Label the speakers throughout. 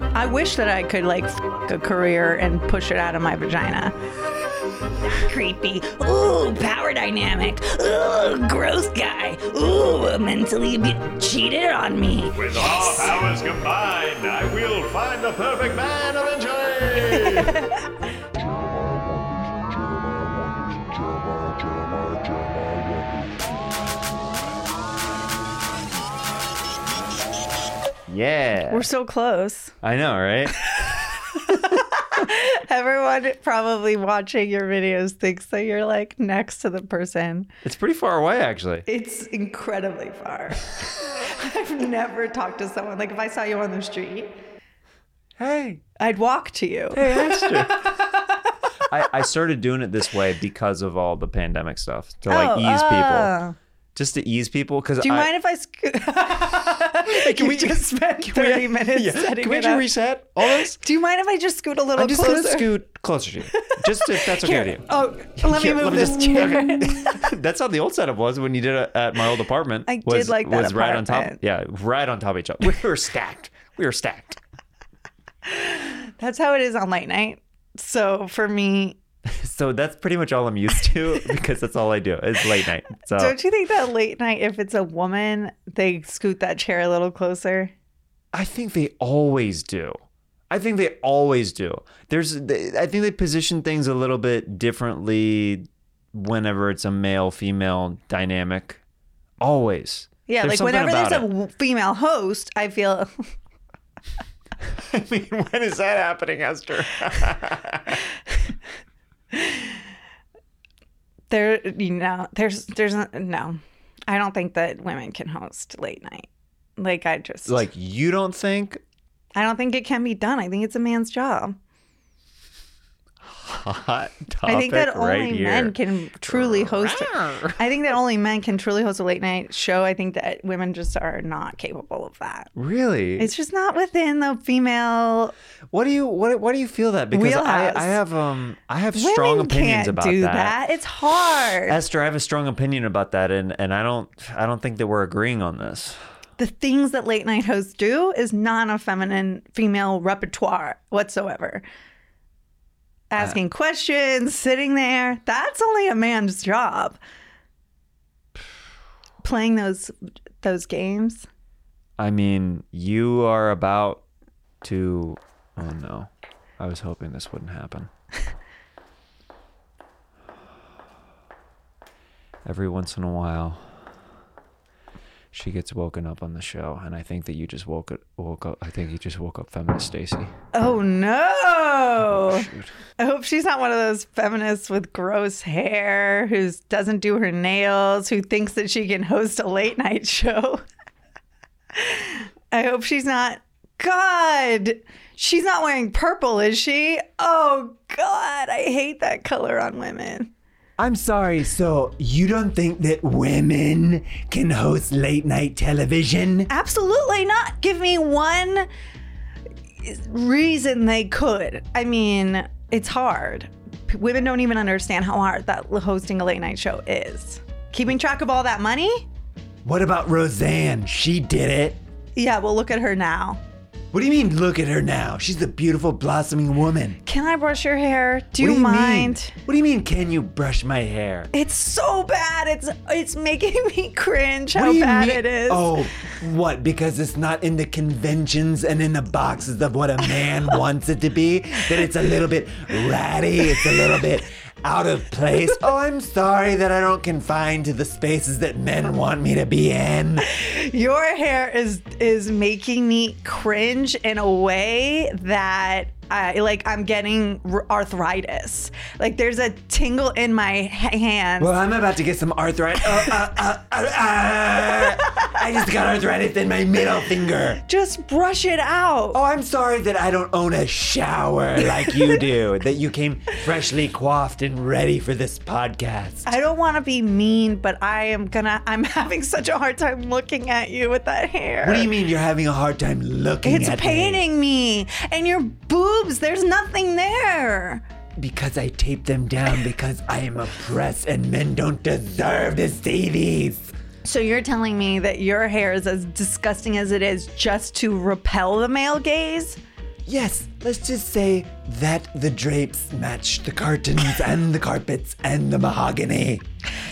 Speaker 1: I wish that I could like f- a career and push it out of my vagina. Creepy. Ooh, power dynamic. Ooh, gross guy. Ooh, mentally abu- cheated on me.
Speaker 2: With all powers combined, I will find the perfect man eventually.
Speaker 3: Yeah.
Speaker 1: We're so close.
Speaker 3: I know, right?
Speaker 1: Everyone probably watching your videos thinks that you're like next to the person.
Speaker 3: It's pretty far away, actually.
Speaker 1: It's incredibly far. I've never talked to someone like if I saw you on the street,
Speaker 3: Hey,
Speaker 1: I'd walk to you.
Speaker 3: hey, Esther. I, I started doing it this way because of all the pandemic stuff to like
Speaker 1: Oh,
Speaker 3: ease people,
Speaker 1: oh.
Speaker 3: just to ease people. Because
Speaker 1: Do you
Speaker 3: I,
Speaker 1: mind if I? Sco-
Speaker 3: can
Speaker 1: You
Speaker 3: we-
Speaker 1: just spent
Speaker 3: Can we-
Speaker 1: thirty minutes
Speaker 3: yeah.
Speaker 1: setting
Speaker 3: Can we
Speaker 1: it
Speaker 3: just
Speaker 1: up.
Speaker 3: reset all this?
Speaker 1: Do you mind if I just scoot a little
Speaker 3: I'm just
Speaker 1: closer?
Speaker 3: gonna scoot closer to you, just if that's okay
Speaker 1: Here.
Speaker 3: to you.
Speaker 1: Oh, let me
Speaker 3: Yeah,
Speaker 1: move
Speaker 3: me
Speaker 1: this chair.
Speaker 3: okay. That's how the old setup was when you did it at my old apartment.
Speaker 1: I did
Speaker 3: was,
Speaker 1: like that
Speaker 3: Was right on top.
Speaker 1: apartment.
Speaker 3: Yeah, right on top of each other. We were stacked. We were stacked.
Speaker 1: That's how it is on late night. So for me,
Speaker 3: So that's pretty much all I'm used to because that's all I do is late night. So
Speaker 1: don't you think that late night, if it's a woman, they scoot that chair a little closer?
Speaker 3: I think they always do. I think they always do. There's, I think they position things a little bit differently whenever it's a male female dynamic. Always.
Speaker 1: Yeah,
Speaker 3: There's
Speaker 1: like
Speaker 3: something
Speaker 1: whenever there's
Speaker 3: about
Speaker 1: a w- female host, I feel
Speaker 3: I mean, when is that happening, Esther?
Speaker 1: there. You know, there's there's a- no. I don't think that women can host late night. Like I just
Speaker 3: like, you don't think?
Speaker 1: I don't think it can be done. I think it's a man's job.
Speaker 3: Hot topic
Speaker 1: I think that only
Speaker 3: right here.
Speaker 1: men can truly host. it. I think that only men can truly host a late night show. I think that women just are not capable of that.
Speaker 3: Really?
Speaker 1: It's just not within the female.
Speaker 3: what do you what Why do you feel that? Because I,
Speaker 1: Wheelhouse.
Speaker 3: I have um I have
Speaker 1: Women
Speaker 3: strong opinions
Speaker 1: can't
Speaker 3: about
Speaker 1: do
Speaker 3: that.
Speaker 1: that. It's hard.
Speaker 3: Esther, I have a strong opinion about that, and, and I don't I don't think that we're agreeing on this.
Speaker 1: the things that late night hosts do is not a feminine female repertoire whatsoever.
Speaker 3: Uh,
Speaker 1: Asking questions, sitting there, that's only a man's job. Playing those those games.
Speaker 3: I mean, you are about to. Oh no, I was hoping this wouldn't happen. Every once in a while, she gets woken up on the show, and I think that you just woke it, woke up. I think you just woke up, feminist Stacy.
Speaker 1: Oh no.
Speaker 3: Shoot.
Speaker 1: I hope she's not one of those feminists with gross hair who doesn't do her nails, who thinks that she can host a late night show. I hope she's not. God, she's not wearing purple, is she? Oh, God, I hate that color on women.
Speaker 3: I'm sorry. So you don't think that women can host late night television?
Speaker 1: Absolutely not. Give me one reason they could. I mean, it's hard. P- women don't even understand how hard that l- hosting a late night show is. Keeping track of all that money?
Speaker 3: What about Roseanne? She did it.
Speaker 1: Yeah, well, look at her now.
Speaker 3: What do you mean, look at her now? She's the beautiful blossoming woman.
Speaker 1: Can I brush your hair? Do
Speaker 3: What
Speaker 1: you,
Speaker 3: do you
Speaker 1: mind?
Speaker 3: Mean? What do you mean, can you brush my hair?
Speaker 1: It's so bad. It's it's making me cringe
Speaker 3: What
Speaker 1: how
Speaker 3: do you
Speaker 1: bad
Speaker 3: mean-
Speaker 1: it is.
Speaker 3: Oh, what? Because it's not in the conventions and in the boxes of what a man wants it to be? That it's a little bit ratty, it's a little bit out of place. Oh, I'm sorry that I don't confine to the spaces that men want me to be in.
Speaker 1: Your hair is is making me cringe in a way that I like I'm getting r- arthritis. Like there's a tingle in my ha- hands.
Speaker 4: Well, I'm about to get some arthritis. Oh, uh, uh, uh, uh. I just got arthritis in my middle finger.
Speaker 1: Just brush it out.
Speaker 4: Oh, I'm sorry that I don't own a shower like you do, that you came freshly coiffed and ready for this podcast.
Speaker 1: I don't want to be mean, but I am gonna. I'm having such a hard time looking at you with that hair.
Speaker 4: What do you mean you're having a hard time looking
Speaker 1: It's
Speaker 4: at me?
Speaker 1: painting me. and your boobs. There's nothing there.
Speaker 4: Because I taped them down because I am oppressed and men don't deserve to see these.
Speaker 1: So you're telling me that your hair is as disgusting as it is just to repel the male gaze?
Speaker 4: Yes, let's just say that the drapes match the curtains and the carpets and the mahogany.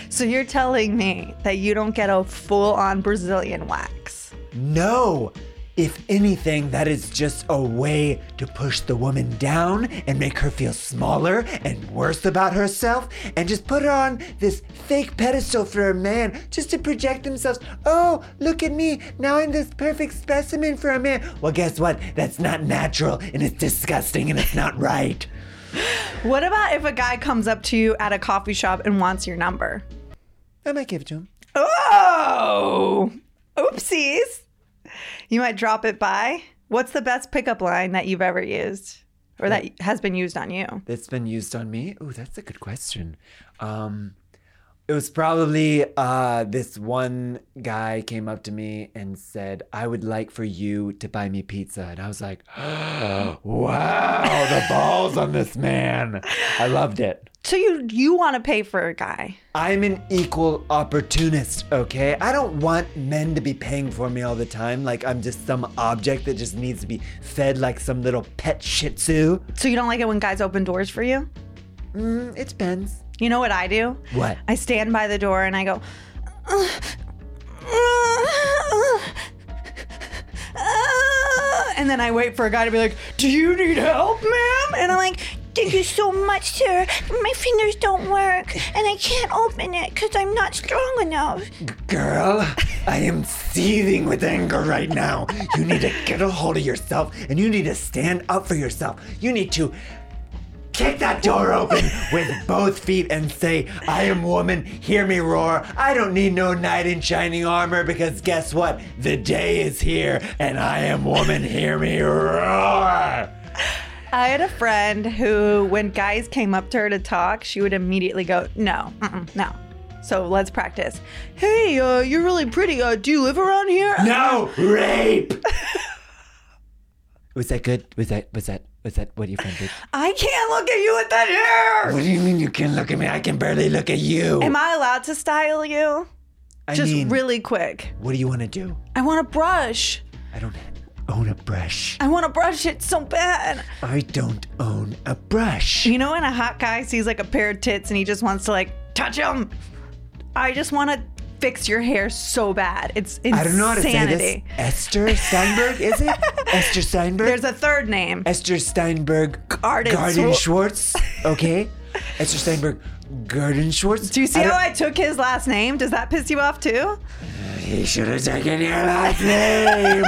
Speaker 1: So you're telling me that you don't get a full-on Brazilian wax?
Speaker 4: No! If anything, that is just a way to push the woman down and make her feel smaller and worse about herself and just put her on this fake pedestal for a man just to project themselves. Oh, look at me. Now I'm this perfect specimen for a man. Well, guess what? That's not natural and it's disgusting and it's not right.
Speaker 1: What about if a guy comes up to you at a coffee shop and wants your number?
Speaker 4: I might give it to him.
Speaker 1: Oh, oopsies. You might drop it by. What's the best pickup line that you've ever used or that has been used on you?
Speaker 4: that's been used on me? Ooh, that's a good question. Um, it was probably uh, this one guy came up to me and said, "I would like for you to buy me pizza," and I was like, "Wow, the balls on this man!" I loved it.
Speaker 1: So you you want to pay for a guy.
Speaker 4: I'm an equal opportunist, okay? I don't want men to be paying for me all the time, like I'm just some object that just needs to be fed like some little pet Shih Tzu.
Speaker 1: So you don't like it when guys open doors for you?
Speaker 4: Mm, it depends.
Speaker 1: You know what I do?
Speaker 4: What?
Speaker 1: I stand by the door and I go and then I wait for a guy to be like, "Do you need help, ma'am?" And I'm like,
Speaker 5: Thank you so much, sir. My fingers don't work, and I can't open it because I'm not strong enough.
Speaker 4: Girl, I am seething with anger right now. You need to get a hold of yourself and you need to stand up for yourself. You need to kick that door open with both feet and say, I am woman, hear me roar. I don't need no knight in shining armor because guess what? The day is here and I am woman, hear me roar.
Speaker 1: I had a friend who, when guys came up to her to talk, she would immediately go, "No, mm-mm, no." So let's practice. Hey, uh, you're really pretty. Uh, do you live around here?
Speaker 4: No rape! Was that good? Was that, was that, was that what you friend did?
Speaker 1: I can't look at you with that hair.
Speaker 4: What do you mean you can look at me? I can barely look at you.
Speaker 1: Am I allowed to style you?
Speaker 4: I
Speaker 1: Just
Speaker 4: mean,
Speaker 1: really quick.
Speaker 4: What do you want to do?
Speaker 1: I want to brush.
Speaker 4: I don't own a brush.
Speaker 1: I want to brush it so bad.
Speaker 4: I don't own a brush.
Speaker 1: You know when a hot guy sees like a pair of tits and he just wants to like touch them? I just want to fix your hair so bad. It's insanity.
Speaker 4: I don't know how to say this. Esther Steinberg, is it? Esther Steinberg?
Speaker 1: There's a third name.
Speaker 4: Esther Steinberg
Speaker 1: Garden
Speaker 4: Garden
Speaker 1: Schwar-
Speaker 4: Schwartz. Okay. Esther Steinberg Garden Schwartz.
Speaker 1: Do you see
Speaker 4: I
Speaker 1: how I took his last name? Does that piss you off too?
Speaker 4: He should have taken your last name.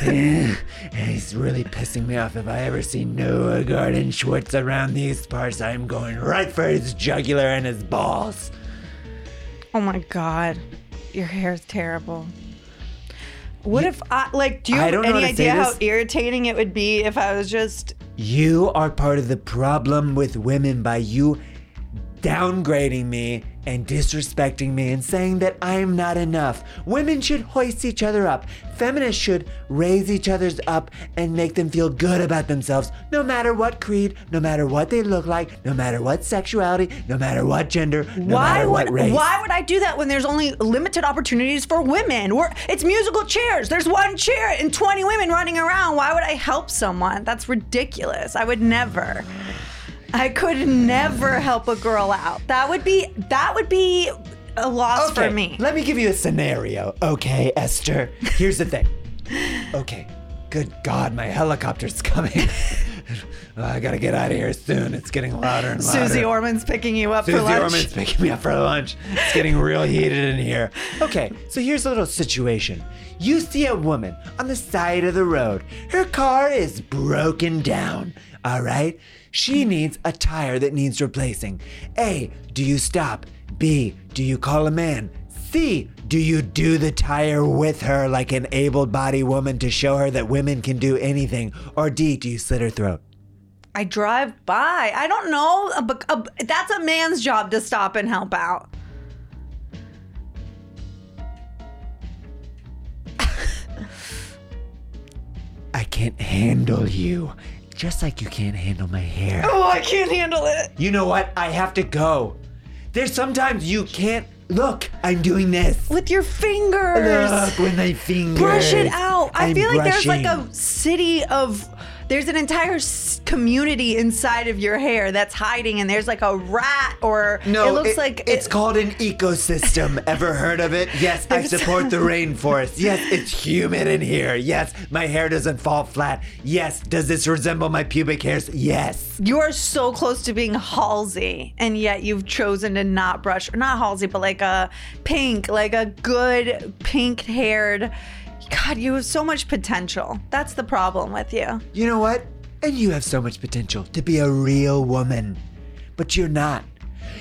Speaker 4: He's really pissing me off. If I ever see Noah Garden Schwartz around these parts, I'm going right for his jugular and his balls.
Speaker 1: Oh my god, your hair is terrible. What if I like? Do you
Speaker 4: I
Speaker 1: have
Speaker 4: don't know
Speaker 1: any
Speaker 4: how to say
Speaker 1: idea how
Speaker 4: this.
Speaker 1: irritating it would be if I was just?
Speaker 4: You are part of the problem with women by you downgrading me and disrespecting me and saying that I'm not enough. Women should hoist each other up. Feminists should raise each other's up and make them feel good about themselves, no matter what creed, no matter what they look like, no matter what sexuality, no matter what gender, no
Speaker 1: why
Speaker 4: matter
Speaker 1: would
Speaker 4: what race.
Speaker 1: Why would I do that when there's only limited opportunities for women? We're, it's musical chairs. There's one chair and 20 women running around. Why would I help someone? That's ridiculous. I would never. I could never help a girl out. That would be that would be a loss
Speaker 4: Okay,
Speaker 1: for me.
Speaker 4: Let me give you a scenario, okay, Esther? Here's the thing. Okay, good God, my helicopter's coming. I gotta get out of here soon. It's getting louder and louder.
Speaker 1: Susie Orman's picking you up
Speaker 4: Susie
Speaker 1: for lunch.
Speaker 4: Orman's picking me up for lunch. It's getting real heated in here. Okay, so here's a little situation. You see a woman on the side of the road. Her car is broken down, all right? She needs a tire that needs replacing. A, do you stop? B, do you call a man? C, do you do the tire with her like an able bodied woman to show her that women can do anything? Or D, do you slit her throat?
Speaker 1: I drive by. I don't know. A, bu- a- that's a man's job to stop and help out.
Speaker 4: I can't handle you. Just like you can't handle my hair.
Speaker 1: Oh, I can't handle it.
Speaker 4: You know what? I have to go. There's sometimes you can't. Look, I'm doing this.
Speaker 1: With your fingers.
Speaker 4: Look with my fingers.
Speaker 1: Brush it out. I
Speaker 4: I'm
Speaker 1: feel like there's like
Speaker 4: brushing.
Speaker 1: a city of. There's an entire s- community inside of your hair that's hiding, and there's like a rat, or it looks like
Speaker 4: it's
Speaker 1: it-
Speaker 4: called an ecosystem. Ever heard of it? Yes, I support the rainforest. Yes, it's humid in here. Yes, my hair doesn't fall flat. Yes, does this resemble my pubic hairs? Yes.
Speaker 1: You are so close to being Halsey, and yet you've chosen to not brush, not Halsey, but like a pink, like a good pink haired. God, you have so much potential. That's the problem with you.
Speaker 4: You know what? And you have so much potential to be a real woman. But you're not.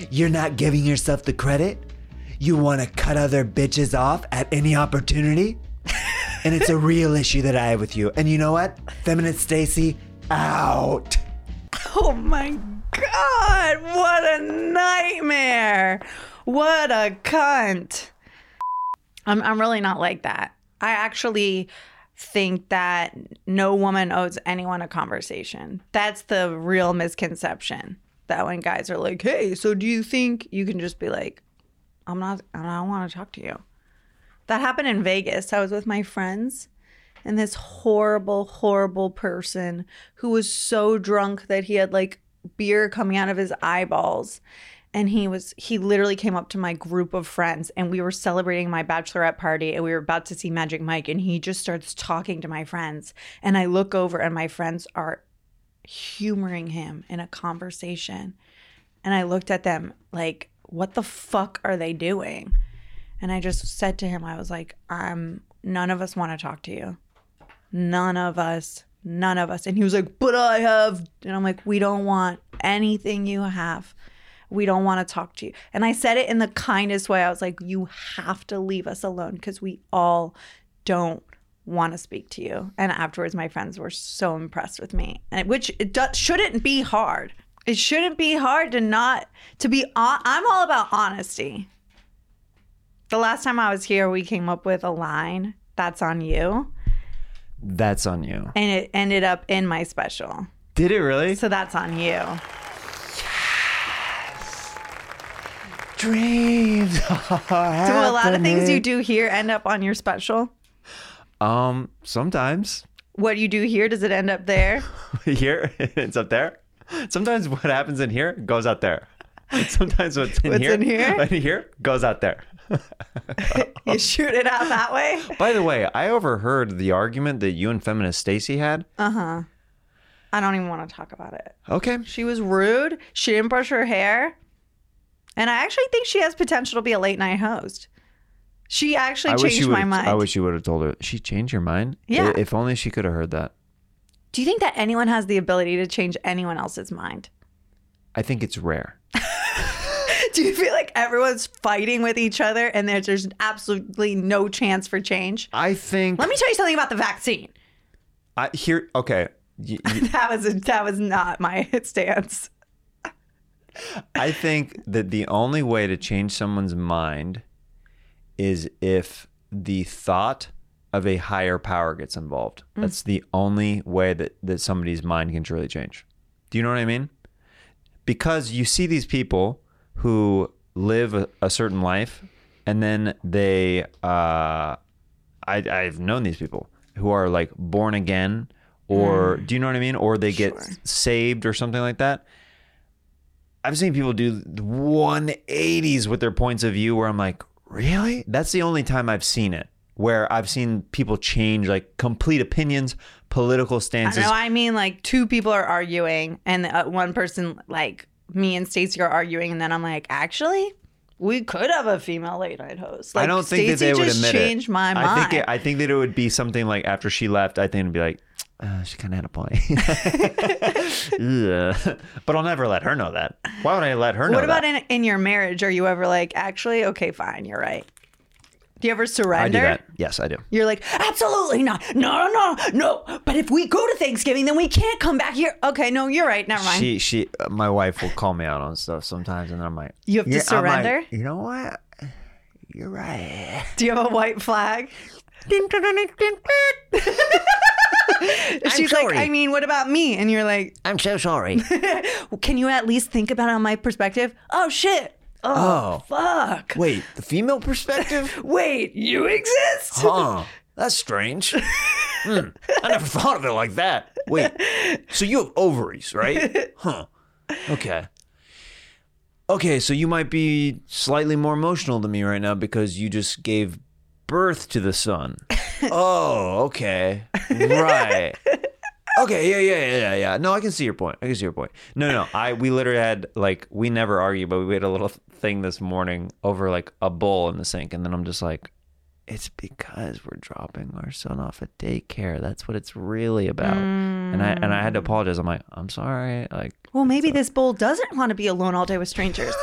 Speaker 4: You're not giving yourself the credit. You want to cut other bitches off at any opportunity. and it's a real issue that I have with you. And you know what? Feminist Stacy, out.
Speaker 1: Oh my God, what a nightmare. What a cunt. I'm, I'm really not like that. I actually think that no woman owes anyone a conversation. That's the real misconception that when guys are like, hey, so do you think you can just be like, I'm not, I don't want to talk to you. That happened in Vegas. I was with my friends and this horrible, horrible person who was so drunk that he had like beer coming out of his eyeballs. And he was, he literally came up to my group of friends and we were celebrating my bachelorette party and we were about to see Magic Mike. And he just starts talking to my friends. And I look over and my friends are humoring him in a conversation. And I looked at them like, what the fuck are they doing? And I just said to him, I was like, um, none of us want to talk to you. None of us. None of us. And he was like, but I have. And I'm like, we don't want anything you have. We don't want to talk to you. And I said it in the kindest way. I was like, you have to leave us alone because we all don't want to speak to you. And afterwards, my friends were so impressed with me, and, which it do- shouldn't be hard. It shouldn't be hard to not, to be, on- I'm all about honesty the last time I was here, we came up with a line that's on you,
Speaker 3: That's on you.
Speaker 1: and it ended up in my special.
Speaker 3: Did it really?
Speaker 1: So that's on you.
Speaker 3: Dreams.
Speaker 1: Do a lot of things you do here end up on your special?
Speaker 3: Um, sometimes
Speaker 1: What you do here, does it end up there?
Speaker 3: here it's up there. Sometimes what happens in here goes out there. Sometimes what's in
Speaker 1: What's
Speaker 3: here
Speaker 1: in here?
Speaker 3: in here goes out there.
Speaker 1: You shoot it out that way?
Speaker 3: By the way, I overheard the argument that you and feminist Stacy had.
Speaker 1: Uh, I don't even want to talk about it.
Speaker 3: Okay.
Speaker 1: She was rude. She didn't brush her hair. And I actually think she has potential to be a late night host. She actually changed
Speaker 3: you
Speaker 1: my
Speaker 3: would've-
Speaker 1: mind.
Speaker 3: I wish you would have told her. She changed your mind?
Speaker 1: Yeah.
Speaker 3: I- If only she could have heard that.
Speaker 1: Do you think that anyone has the ability to change anyone else's mind?
Speaker 3: I think it's rare.
Speaker 1: Do you feel like everyone's fighting with each other and there's, there's absolutely no chance for change?
Speaker 3: I think
Speaker 1: Let me tell you something about the vaccine.
Speaker 3: I here okay. Y- y-
Speaker 1: That was that was not my stance.
Speaker 3: I think that the only way to change someone's mind is if the thought of a higher power gets involved. That's the only way that, that somebody's mind can truly change. Do you know what I mean? Because you see these people who live a, a certain life and then they, uh, I, I've known these people who are like born again
Speaker 1: Hmm.
Speaker 3: or do you know what I mean? Or they get saved or something like that. I've seen people do 180s with their points of view where I'm like, really? That's the only time I've seen it where I've seen people change like complete opinions, political stances.
Speaker 1: No, I mean like two people are arguing, and uh, one person like me and Stacey are arguing, and then I'm like, actually, we could have a female late night host. Like,
Speaker 3: I don't think that
Speaker 1: Stacey
Speaker 3: they would
Speaker 1: just
Speaker 3: admit
Speaker 1: changed
Speaker 3: it.
Speaker 1: my mind.
Speaker 3: I think it, I think that it would be something like after she left, I think it'd be like, uh, she kind of had a point. Ugh. but I'll never let her know that. Why would I let her know
Speaker 1: what about
Speaker 3: that?
Speaker 1: in, in your marriage? Are you ever like, actually, okay, fine, you're right? Do you ever
Speaker 3: I
Speaker 1: surrender?
Speaker 3: do that. Yes, I do.
Speaker 1: You're like, absolutely not. No, no, no, no. But if we go to Thanksgiving, then we can't come back here. Okay, no, you're right. Never mind.
Speaker 3: She she uh, my wife will call me out on stuff sometimes, and I'm like,
Speaker 1: You have to
Speaker 3: Yeah, I'm like,
Speaker 1: surrender?
Speaker 3: you know what? You're right.
Speaker 1: do you have a white flag? She's like,
Speaker 3: sorry.
Speaker 1: I mean, what about me? And you're like,
Speaker 3: I'm so sorry.
Speaker 1: Well, can you at least think about it on my perspective? Oh shit. Oh, fuck.
Speaker 3: Wait, the female perspective?
Speaker 1: Wait, you exist?
Speaker 3: Huh. That's strange. Hmm, I never thought of it like that. Wait, so you have ovaries, right? Huh. Okay. Okay, so you might be slightly more emotional than me right now because you just gave birth to the son. oh, okay. Right. Okay, yeah, yeah, yeah, yeah, yeah. No, I can see your point. I can see your point. No, no, I we literally had like we never argue, but we had a little thing this morning over like a bowl in the sink, and then I'm just like, it's because we're dropping our son off at daycare. That's what it's really about. And I and I
Speaker 1: Mm.
Speaker 3: had to apologize. I'm like, I'm sorry. Like,
Speaker 1: Well, maybe this bowl doesn't want to be alone all day with strangers.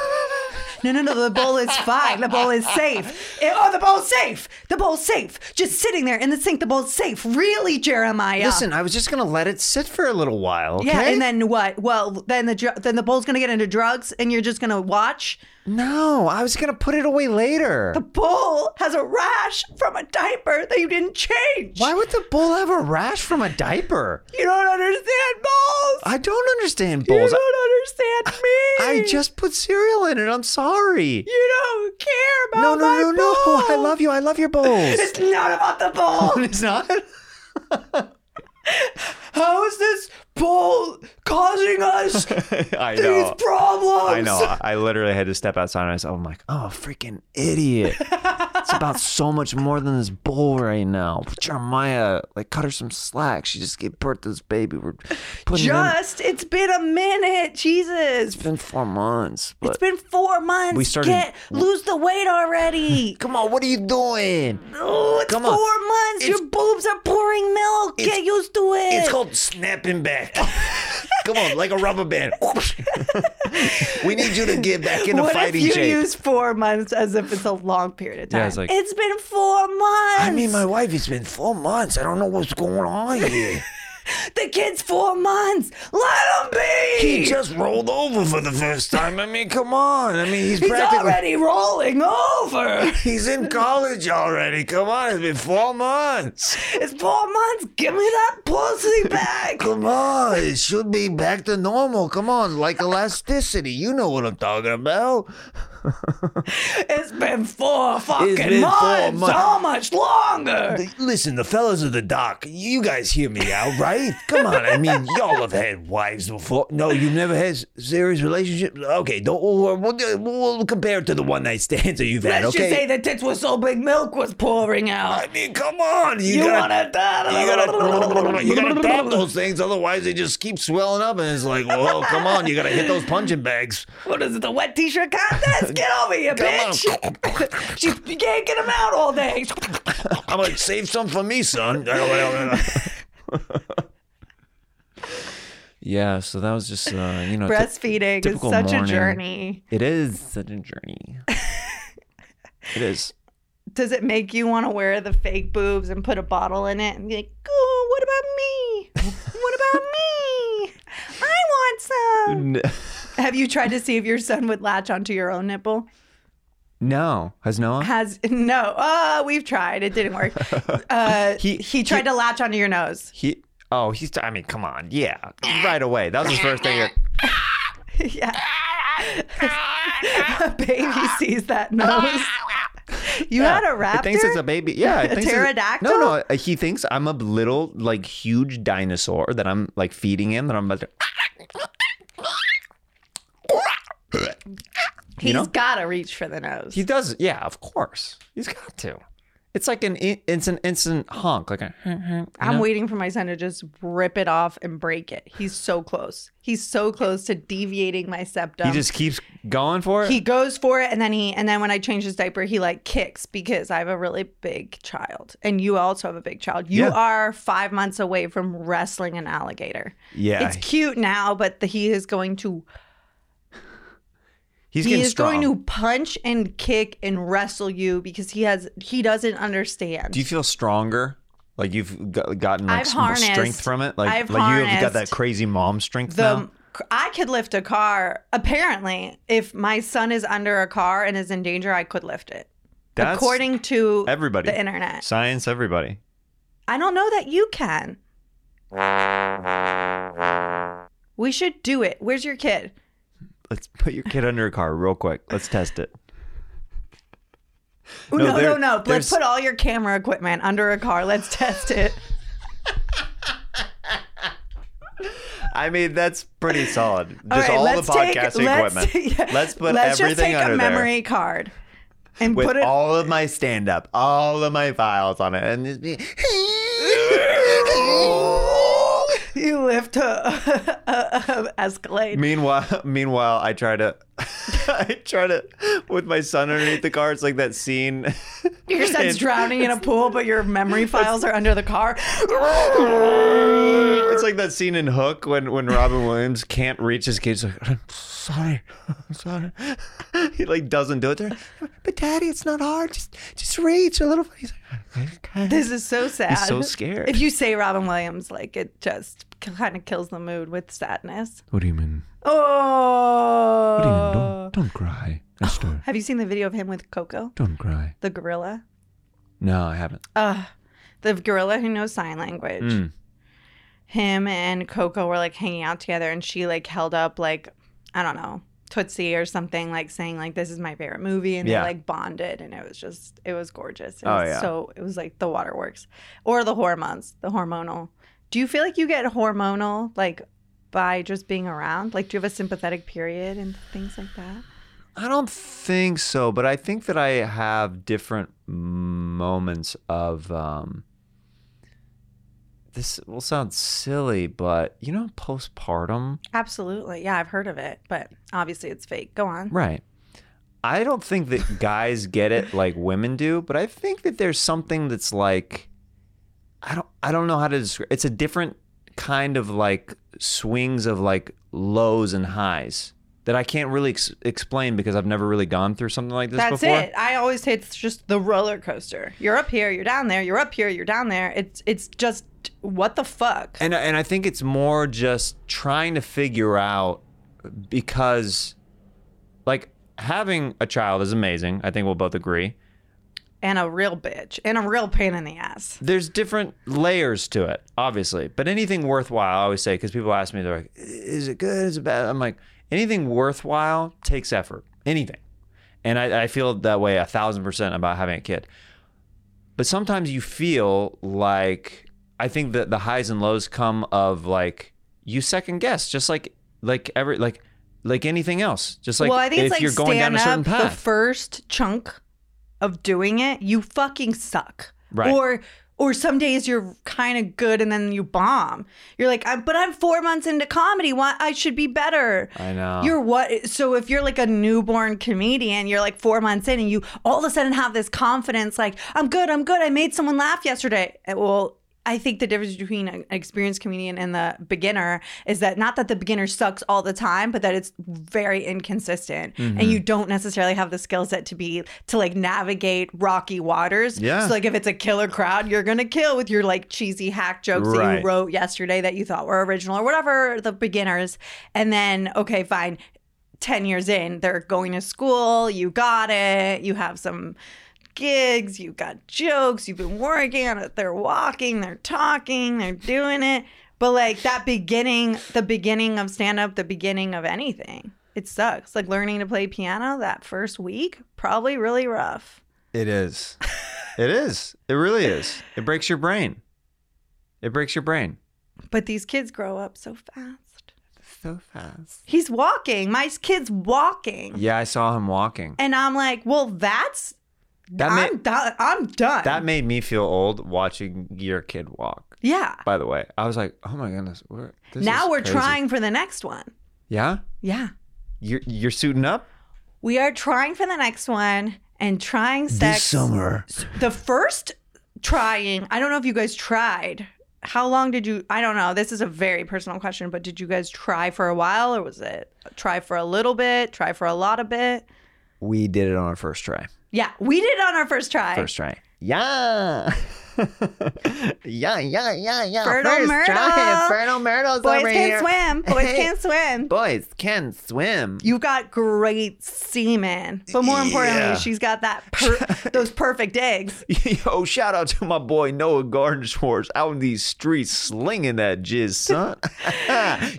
Speaker 1: No, no, no. The bowl is fine. The bowl is safe. Eh, oh, the bowl's safe. The bowl's safe. Just sitting there in the sink. The bowl's safe. Really, Jeremiah.
Speaker 3: listen, I was just gonna let it sit for a little while. Okay?
Speaker 1: Yeah, and then what? Well, then the dr- then the bowl's gonna get into drugs, and you're just gonna watch.
Speaker 3: no, I was gonna put it away later.
Speaker 1: The bowl has a rash from a diaper that you didn't change.
Speaker 3: Why would the bull have a rash from a diaper?
Speaker 1: You don't understand bowls.
Speaker 3: I don't understand bulls.
Speaker 1: You don't understand me.
Speaker 3: I just put cereal in it. I'm sorry.
Speaker 1: You don't care about
Speaker 3: No, no,
Speaker 1: my
Speaker 3: no, no.
Speaker 1: balls.
Speaker 3: I love you. I love your bowls.
Speaker 1: It's not about the bowl.
Speaker 3: it's not.
Speaker 1: How is this bowl causing us
Speaker 3: I
Speaker 1: these problems?
Speaker 3: I know. I- I literally had to step outside and I was, I'm like, oh, freaking idiot. it's about so much more than this bowl right now. Jeremiah, like, cut her some slack. She just gave birth to this baby. We're putting it in.
Speaker 1: Just, it's been a minute. Jesus.
Speaker 3: It's been four months. But
Speaker 1: It's been four months.
Speaker 3: We started-
Speaker 1: Get, lose the weight already.
Speaker 3: come on, what are you doing?
Speaker 1: Oh, it's
Speaker 3: Come
Speaker 1: four
Speaker 3: on.
Speaker 1: months. Your boobs are pouring milk. Get used to it.
Speaker 3: It's called snapping back. come on, like a rubber band. we need you to get back into
Speaker 1: what if
Speaker 3: fighting
Speaker 1: you
Speaker 3: shape.
Speaker 1: use four months as if it's a long period of time?
Speaker 3: Yeah, it's like-
Speaker 1: it's been four months.
Speaker 4: I mean, my wife, it's been four months. I don't know what's going on here.
Speaker 1: The kid's four months. Let him be.
Speaker 4: He just rolled over for the first time. I mean, come on. I mean, he's,
Speaker 1: He's
Speaker 4: practically
Speaker 1: already rolling over.
Speaker 4: he's in college already. Come on, it's been four months.
Speaker 1: It's four months. Give me that pussy back.
Speaker 4: Come on, it should be back to normal. Come on, like elasticity. You know what I'm talking about.
Speaker 1: It's been four fucking
Speaker 4: been four
Speaker 1: months.
Speaker 4: months.
Speaker 1: How much longer?
Speaker 4: Listen, the fellas of the dock, you guys hear me out, right? Come on, I mean, y'all have had wives before. No, you never had serious relationships. Okay, don't. We'll, we'll, we'll compare it to the one night stands that you've had.
Speaker 1: Let's
Speaker 4: Okay,
Speaker 1: just say the tits were so big, milk was pouring out.
Speaker 4: I mean, come on, you,
Speaker 1: You
Speaker 4: gotta.
Speaker 1: wanna
Speaker 4: you gotta, you gotta tap those things, otherwise they just keep swelling up, and it's like, well, come on, you gotta hit those punching bags.
Speaker 1: What is it? The wet t-shirt contest? Get over here,
Speaker 4: Come on.
Speaker 1: bitch. she you can't get them out all day.
Speaker 4: I'm like, save some for me, son.
Speaker 3: yeah, so that was just, uh, you know, t-
Speaker 1: Breastfeeding is
Speaker 3: Typical
Speaker 1: such a
Speaker 3: morning.
Speaker 1: journey.
Speaker 3: It is such a journey. it is.
Speaker 1: Does it make you want to wear the fake boobs and put a bottle in it and be like, oh, what about me? What about me? I want some. Have you tried to see if your son would latch onto your own nipple?
Speaker 3: No, has Noah?
Speaker 1: Has no. Uh, we've tried. It didn't work. Uh, he,
Speaker 3: He-
Speaker 1: tried to latch onto your nose.
Speaker 3: He. Oh, he's. I mean, come on. Yeah, right away. That was his first thing.
Speaker 1: yeah. a baby sees that nose. You had a raptor.
Speaker 3: He thinks it's a baby. Yeah, it
Speaker 1: A
Speaker 3: thinks it's-
Speaker 1: pterodactyl?
Speaker 3: No, no. He thinks I'm a little like huge dinosaur that I'm like feeding him that I'm about to.
Speaker 1: He's
Speaker 3: know?
Speaker 1: gotta reach for the nose.
Speaker 3: He does. Yeah, of course. He's got to. It's like an i- it's an instant honk, like a honk, honk, you
Speaker 1: I'm
Speaker 3: know?
Speaker 1: waiting for my son to just rip it off and break it. He's so close. He's so close to deviating my septum.
Speaker 3: He just keeps going for it.
Speaker 1: he goes for it and then he and then when I change his diaper, he like kicks because I have a really big child. And you also have a big child. You
Speaker 3: Yeah.
Speaker 1: are five months away from wrestling an alligator.
Speaker 3: yeah,
Speaker 1: It's cute now, but the, he is going to
Speaker 3: he's
Speaker 1: he
Speaker 3: getting
Speaker 1: is
Speaker 3: strong.
Speaker 1: going to punch and kick and wrestle you because he has he doesn't understand.
Speaker 3: Do you feel stronger? Like you've got, gotten like
Speaker 1: I've
Speaker 3: some more strength
Speaker 1: harnessed-
Speaker 3: from it. Like
Speaker 1: I've
Speaker 3: like you have got that
Speaker 1: harnessed
Speaker 3: crazy mom strength
Speaker 1: the
Speaker 3: now.
Speaker 1: I could lift a car. Apparently, if my son is under a car and is in danger, I could lift it.
Speaker 3: That's
Speaker 1: According to
Speaker 3: everybody.
Speaker 1: the internet.
Speaker 3: science. Everybody.
Speaker 1: I don't know that you can. We should do it. Where's your kid?
Speaker 3: Let's put your kid under a car real quick. Let's test it.
Speaker 1: Oh,
Speaker 3: No,
Speaker 1: no,
Speaker 3: there-
Speaker 1: no, no.
Speaker 3: there's-
Speaker 1: Let's put all your camera equipment under a car. Let's test it.
Speaker 3: I mean, that's pretty solid. Just
Speaker 1: right,
Speaker 3: all, the
Speaker 1: let's take-
Speaker 3: podcast
Speaker 1: let's-
Speaker 3: equipment. Let's,
Speaker 1: yeah.
Speaker 3: put
Speaker 1: let's just
Speaker 3: everything
Speaker 1: take
Speaker 3: under
Speaker 1: a
Speaker 3: there.
Speaker 1: memory card and
Speaker 3: with
Speaker 1: put it
Speaker 3: all of my stand up, all of my files on it, and just be.
Speaker 1: you lift a, a, a- a escalade.
Speaker 3: meanwhile, meanwhile, I try to, I try to, with my son underneath the car. It's like that scene.
Speaker 1: Your son's
Speaker 3: And-
Speaker 1: drowning in a pool, but your memory files are under the car.
Speaker 3: It's like that scene in Hook when when Robin Williams can't reach his kid. He's like, I'm sorry, I'm sorry. He like doesn't do it. They're like, but daddy, it's not hard. Just just reach a little. He's like, okay.
Speaker 1: This is so sad.
Speaker 3: so scared.
Speaker 1: If you say Robin Williams, like it just kind of kills the mood with sadness.
Speaker 3: What do you mean?
Speaker 1: Oh.
Speaker 3: What do you mean? Don't don't cry, Esther.
Speaker 1: Have you seen the video of him with Coco,
Speaker 3: Don't cry.
Speaker 1: the gorilla?
Speaker 3: No, I haven't.
Speaker 1: Ugh. The gorilla who knows sign language.
Speaker 3: Mm.
Speaker 1: Him and Coco were like hanging out together and she like held up like I don't know, Tootsie or something, like saying like this is my favorite movie and
Speaker 3: Yeah.
Speaker 1: they like bonded and it was just it was gorgeous. It
Speaker 3: Oh,
Speaker 1: was
Speaker 3: yeah.
Speaker 1: so it was like the waterworks. Or the hormones, the hormonal. Do you feel like you get hormonal like by just being around? Like do you have a sympathetic period and things like that?
Speaker 3: I don't think so, but I think that I have different moments of um this will sound silly, but you know postpartum?
Speaker 1: Absolutely. Yeah, I've heard of it, but obviously it's fake. Go on.
Speaker 3: Right. I don't think that guys get it like women do, but I think that there's something that's like I don't I don't know how to describe it's a different kind of like swings of like lows and highs that I can't really ex- explain because I've never really gone through something like this
Speaker 1: That's
Speaker 3: before.
Speaker 1: it. I always say it's just the roller coaster. You're up here, you're down there, you're up here, you're down there. It's it's just what the fuck.
Speaker 3: And and I think it's more just trying to figure out because like having a child is amazing. I think we'll both agree.
Speaker 1: And a real bitch. And a real pain in the ass.
Speaker 3: There's different layers to it, obviously. But anything worthwhile, I always say because people ask me they're like, "Is it good? Is it bad?" I'm like, anything worthwhile takes effort. Anything. And I, I feel that way a thousand percent about having a kid. But sometimes you feel like I think that the highs and lows come of like you second guess, just like like every like like anything else. Just like
Speaker 1: well, I think
Speaker 3: if
Speaker 1: it's like
Speaker 3: you're going down
Speaker 1: stand
Speaker 3: a certain
Speaker 1: up the
Speaker 3: path.
Speaker 1: first chunk of doing it, you fucking suck.
Speaker 3: Right.
Speaker 1: Or or some days you're kind of good and then you bomb. You're like, I'm, but I'm four months into comedy. Why I should be better.
Speaker 3: I know.
Speaker 1: You're what? So if you're like a newborn comedian, you're like four months in, and you all of a sudden have this confidence, like I'm good, I'm good. I made someone laugh yesterday. Uh, Well, I think the difference between an experienced comedian and the beginner is that not that the beginner sucks all the time, but that it's very inconsistent, and you don't necessarily have the skill set to be to like navigate rocky waters.
Speaker 3: Yeah.
Speaker 1: So like if it's a killer crowd, you're gonna kill with your like cheesy hack jokes that
Speaker 3: Right.
Speaker 1: you wrote wrote yesterday that you thought were original or whatever the beginners and then okay fine 10 years in they're going to school you got it you have some gigs you got jokes you've been working on it they're walking they're talking they're doing it but like that beginning the beginning of stand up the beginning of anything it sucks like learning to play piano that first week probably really rough
Speaker 3: It is. It is. It really is. It breaks your brain. It breaks your brain.
Speaker 1: but these kids grow up so fast
Speaker 3: So fast.
Speaker 1: he's walking my kid's walking
Speaker 3: Yeah, I saw him walking.
Speaker 1: And I'm like, well, that's
Speaker 3: That made
Speaker 1: I'm done. I'm done.
Speaker 3: that made me feel old watching your kid walk.
Speaker 1: yeah.
Speaker 3: By the way, I was like, oh my goodness, we're this
Speaker 1: Now
Speaker 3: is
Speaker 1: we're
Speaker 3: crazy.
Speaker 1: trying for the next one.
Speaker 3: Yeah,
Speaker 1: Yeah.
Speaker 3: you're you're suiting up.
Speaker 1: We are trying for the next one and trying sex.
Speaker 4: summer.
Speaker 1: The first trying, I don't know if you guys tried. How long did you? I don't know. This is a very personal question, but did you guys try for a while or was it try for a little bit, try for a lot of bit?
Speaker 3: We did it on our first try.
Speaker 1: Yeah, we did it on our first try.
Speaker 3: First try. Yeah. yeah, yeah, yeah, yeah.
Speaker 1: Fertile Myrtle.
Speaker 3: Fertile Myrtle's
Speaker 1: Boys
Speaker 3: over
Speaker 1: can
Speaker 3: here.
Speaker 1: swim. Boys can swim.
Speaker 3: Boys can swim.
Speaker 1: You've got great semen, but more importantly,
Speaker 3: Yeah.
Speaker 1: she's got that per- those perfect eggs.
Speaker 3: Yo, shout out to my boy Noah Garden Schwartz out in these streets slinging that jizz, son.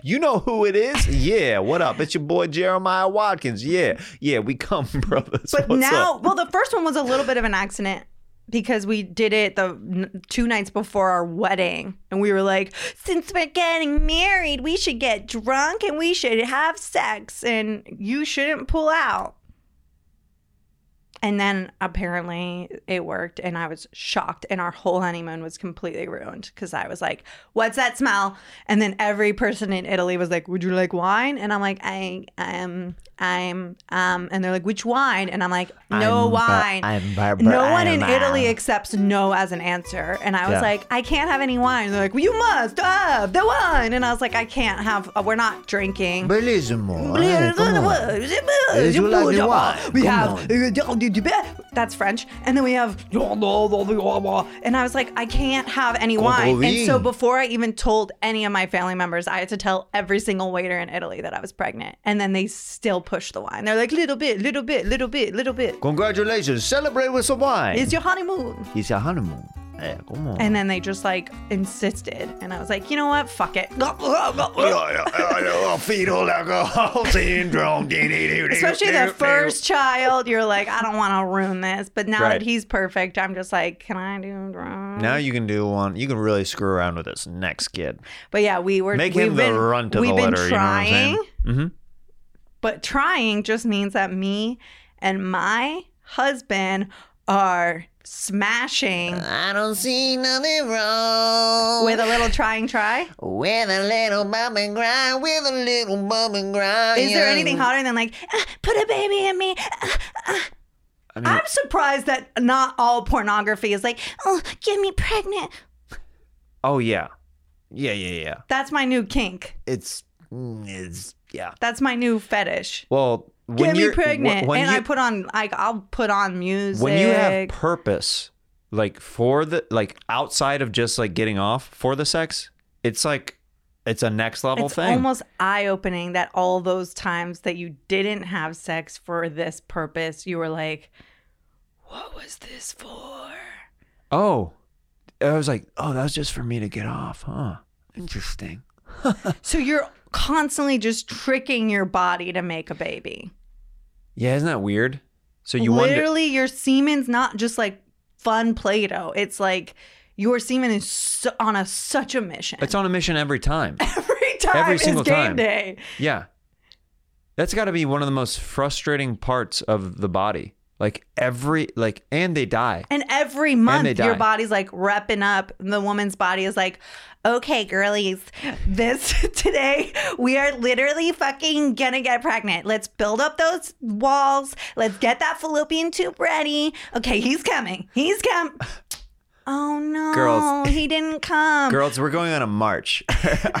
Speaker 3: you know who it is? Yeah, what up? It's your boy Jeremiah Watkins. Yeah, yeah, we come, brothers.
Speaker 1: But
Speaker 3: What's
Speaker 1: now,
Speaker 3: up?
Speaker 1: well, the first one was a little bit of an accident because we did it the n- two nights before our wedding, and we were like,
Speaker 5: Since we're getting married, we should get drunk and we should have sex.
Speaker 1: "And you shouldn't pull out." And then apparently it worked, and I was shocked, and our whole honeymoon was completely ruined because I was like, "What's that smell?" And then every person in Italy was like, "Would you like wine?" And I'm like, "I, I'm, I'm, um," and they're like, "Which wine?" And I'm like, "No wine." no one in Italy accepts no as an answer. And I was
Speaker 3: Yeah.
Speaker 1: like, I can't have any wine. They're like, well, you must have the wine. And I was like, I can't have, uh, we're not drinking.
Speaker 4: you like the wine?
Speaker 1: We
Speaker 4: Come
Speaker 1: oh, have that's French, and then we have and I was like, I can't have any wine. And so before I even told any of my family members, I had to tell every single waiter in Italy that I was pregnant, and then they still push the wine. They're like, little bit, little bit, little bit, little bit.
Speaker 3: Congratulations. Celebrate with some wine.
Speaker 1: It's your honeymoon.
Speaker 3: It's your honeymoon. Yeah, come on.
Speaker 1: And then they just like insisted. And I was like, you know what? Fuck it.
Speaker 3: fetal alcohol syndrome.
Speaker 1: Especially the first child, you're like, I don't want to ruin this. But now
Speaker 3: Right.
Speaker 1: that he's perfect, I'm just like, can I do drugs?
Speaker 3: Now you can do one. You can really screw around with this next kid.
Speaker 1: But yeah, we were
Speaker 3: Make
Speaker 1: we've
Speaker 3: him the
Speaker 1: been,
Speaker 3: runt of
Speaker 1: we've
Speaker 3: the
Speaker 1: been
Speaker 3: litter, you know what I'm
Speaker 1: trying,
Speaker 3: saying? Mhm.
Speaker 1: but trying just means that me and my husband are smashing
Speaker 3: I don't see nothing wrong
Speaker 1: with a little trying try.
Speaker 3: with a little bump and grind, with a little bump and grind.
Speaker 1: Is there anything hotter than like, "Ah, put a baby in me?
Speaker 3: Mm. I mean,
Speaker 1: I'm surprised that not all pornography is like,
Speaker 5: Oh, get me pregnant.
Speaker 3: oh yeah, yeah, yeah, yeah.
Speaker 1: that's my new kink.
Speaker 3: It's mm, it's yeah.
Speaker 1: That's my new fetish.
Speaker 3: Well, when
Speaker 1: Get me
Speaker 3: you're
Speaker 1: pregnant.
Speaker 3: wh- when
Speaker 1: and
Speaker 3: you,
Speaker 1: I put on like I'll put on music.
Speaker 3: when you have purpose, like for the like outside of just like getting off for the sex, it's like it's a next level
Speaker 1: it's
Speaker 3: thing.
Speaker 1: almost eye opening that all those times that you didn't have sex for this purpose, you were like, What was this for?
Speaker 3: oh, I was like, oh, that was just for me to get off, huh? Interesting.
Speaker 1: So you're constantly just tricking your body to make a baby.
Speaker 3: Yeah, isn't that weird? So you wonder.
Speaker 1: literally your semen's not just like fun play-doh it's like your semen is so, on a such a mission
Speaker 3: It's on a mission every time.
Speaker 1: every time
Speaker 3: every
Speaker 1: is
Speaker 3: single
Speaker 1: game
Speaker 3: time.
Speaker 1: day
Speaker 3: Yeah. That's got to be one of the most frustrating parts of the body. Like every like and they die.
Speaker 1: and every month
Speaker 3: they
Speaker 1: your
Speaker 3: die.
Speaker 1: body's like repping up and the woman's body is like okay girlies this today we are literally fucking gonna get pregnant let's build up those walls let's get that fallopian tube ready okay he's coming he's come oh no
Speaker 3: Girls.
Speaker 1: he didn't come
Speaker 3: Girls, we're going on a march.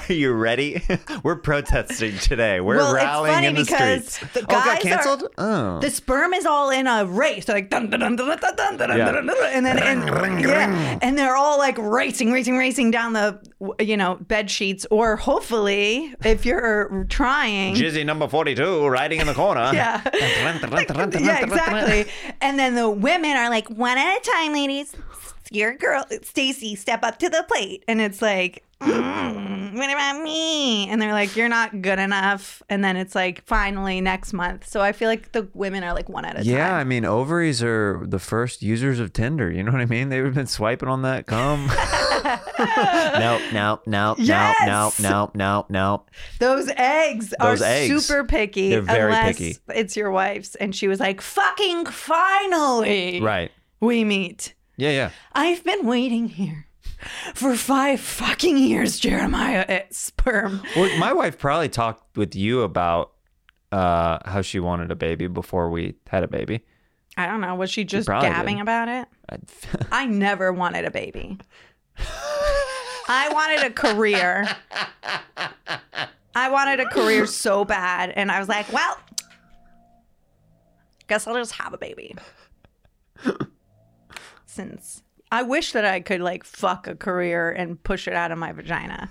Speaker 3: Are you ready? we're protesting today. We're
Speaker 1: Well, it's
Speaker 3: rallying
Speaker 1: funny
Speaker 3: in the
Speaker 1: because
Speaker 3: streets.
Speaker 1: the
Speaker 3: oh, it got
Speaker 1: guys are-
Speaker 3: canceled? oh.
Speaker 1: the sperm is all in a race. They're like dun dun dun dun dun dun dun
Speaker 3: Yeah.
Speaker 1: dun dun, dun, and then and, yeah, and they're all like racing, racing, racing down the you know bed sheets. Or hopefully, if you're trying,
Speaker 3: Jizzy number 42 riding in the corner.
Speaker 1: yeah, yeah, exactly. And then the women are like one at a time, ladies.
Speaker 5: Your girl, Stacy, step up to the plate.
Speaker 1: And it's like, mm, what about me? And they're like, you're not good enough. And then it's like, finally next month. So I feel like the women are like one at a
Speaker 3: Yeah,
Speaker 1: time.
Speaker 3: I mean, ovaries are the first users of Tinder. You know what I mean? They've been swiping on that cum. no, no, no,
Speaker 1: Yes!
Speaker 3: no, no, no, no,
Speaker 1: Those eggs
Speaker 3: Those
Speaker 1: are
Speaker 3: eggs,
Speaker 1: super picky.
Speaker 3: they're very
Speaker 1: unless
Speaker 3: picky.
Speaker 1: It's your wife's. And she was like, fucking finally,
Speaker 3: no. Right.
Speaker 1: we meet.
Speaker 3: Yeah, yeah.
Speaker 1: I've been waiting here for five fucking years, Jeremiah at sperm.
Speaker 3: Well, my wife probably talked with you about uh, how she wanted a baby before we had a baby.
Speaker 1: I don't know. Was she just
Speaker 3: probably
Speaker 1: gabbing
Speaker 3: did.
Speaker 1: about it?
Speaker 3: I,
Speaker 1: I never wanted a baby. I wanted a career. I wanted a career so bad. And I was like, well, guess I'll just have a baby. Since I wish that I could like fuck a career and push it out of my vagina.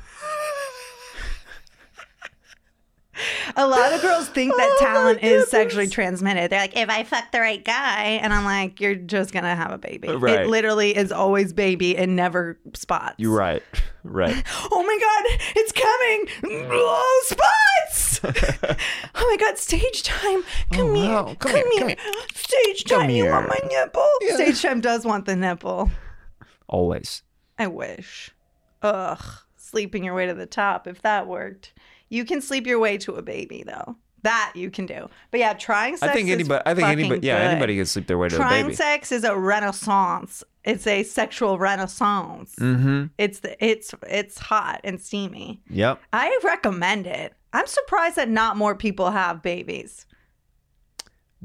Speaker 1: A lot of girls think that talent is sexually transmitted. They're like, if I fuck the right guy, and I'm like, you're just gonna have a baby.
Speaker 3: Right.
Speaker 1: It literally is always baby and never spots.
Speaker 3: you're right. Right.
Speaker 1: Oh my god, it's coming! Oh, spots! oh my god, stage time! Come here,
Speaker 3: Oh, wow.
Speaker 1: come,
Speaker 3: Come
Speaker 1: here,
Speaker 3: here, come
Speaker 1: come here! Stage time,
Speaker 3: Come
Speaker 1: you want my
Speaker 3: here.
Speaker 1: nipple? Stage time does want the nipple.
Speaker 3: Always.
Speaker 1: I wish. Ugh, sleeping your way to the top. If that worked, you can sleep your way to a baby though. That you can do. But yeah, trying sex.
Speaker 3: I think
Speaker 1: is
Speaker 3: anybody. I think
Speaker 1: fucking
Speaker 3: anybody. Yeah,
Speaker 1: good.
Speaker 3: anybody can sleep their way to a
Speaker 1: Trying
Speaker 3: baby.
Speaker 1: sex is a renaissance. It's a sexual renaissance.
Speaker 3: mm-hmm.
Speaker 1: It's the, it's it's hot and steamy.
Speaker 3: Yep.
Speaker 1: I recommend it. I'm surprised that not more people have babies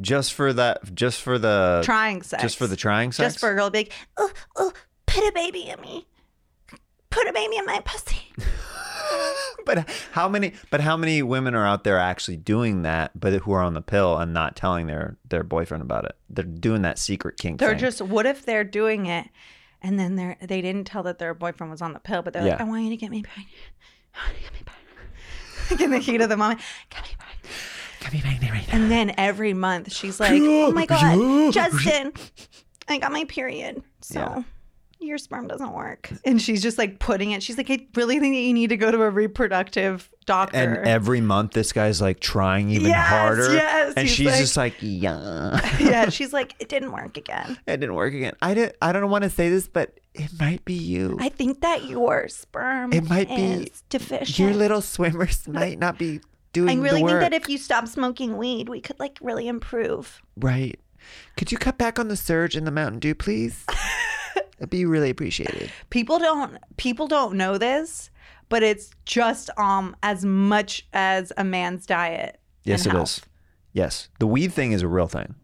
Speaker 3: Just for that. Just for the.
Speaker 1: trying sex.
Speaker 3: Uh, Just for the trying sex.
Speaker 1: Just for a girl big.
Speaker 5: Oh, oh, put a baby in me. Put a baby in my pussy.
Speaker 3: But how many? But how many women are out there actually doing that? But who are on the pill and not telling their their boyfriend about it? They're doing that secret kink
Speaker 1: They're
Speaker 3: thing.
Speaker 1: just what if they're doing it and then they're they didn't tell that their boyfriend was on the pill, but they're like,
Speaker 3: Yeah.
Speaker 1: I want you to get me pregnant. I want you to get me pregnant. Like in the heat of the moment. Get me pregnant.
Speaker 3: Come here, baby, right now.
Speaker 1: And then every month she's like,
Speaker 5: Oh my god, Justin, I got my period, so
Speaker 3: Yeah.
Speaker 5: your sperm doesn't work.
Speaker 1: and she's just like putting it. She's like, I really think that you need to go to a reproductive doctor.
Speaker 3: And every month, this guy's like trying even
Speaker 1: Yes,
Speaker 3: harder.
Speaker 1: yes,
Speaker 3: and
Speaker 1: he's
Speaker 3: she's
Speaker 1: like-
Speaker 3: just like, yeah,
Speaker 1: yeah, she,
Speaker 5: She's like, it didn't work again.
Speaker 3: it didn't work again. I didn't. I don't want to say this, but it might be you.
Speaker 5: I think that your sperm
Speaker 3: It might be-
Speaker 5: is deficient.
Speaker 3: Your little swimmers might not be doing
Speaker 5: I really
Speaker 3: the
Speaker 5: think
Speaker 3: work
Speaker 5: that if you stop smoking weed, we could like really improve.
Speaker 3: right. Could you cut back on the surge in the Mountain Dew, please? It'd be really appreciated.
Speaker 1: people don't people don't know this, but it's just um as much as a man's diet.
Speaker 3: Yes,
Speaker 1: and
Speaker 3: it
Speaker 1: health.
Speaker 3: is. Yes, the weed thing is a real thing.